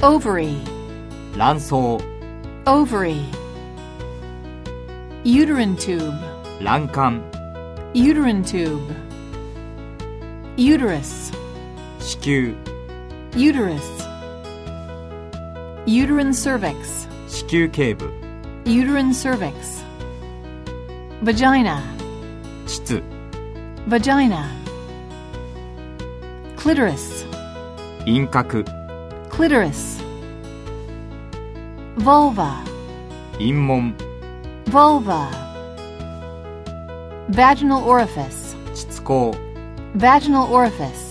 [SPEAKER 1] ovary
[SPEAKER 2] 卵巣
[SPEAKER 1] ovary uterine tube
[SPEAKER 2] 卵管
[SPEAKER 1] uterine tube uterus
[SPEAKER 2] 子宮
[SPEAKER 1] uterus uterine cervix
[SPEAKER 2] 子宮頸部
[SPEAKER 1] uterine cervix vagina
[SPEAKER 2] 膣
[SPEAKER 1] vagina clitoris
[SPEAKER 2] 陰核
[SPEAKER 1] clitoris vulva
[SPEAKER 2] 陰門
[SPEAKER 1] vulva vaginal orifice
[SPEAKER 2] 膣口
[SPEAKER 1] vaginal orifice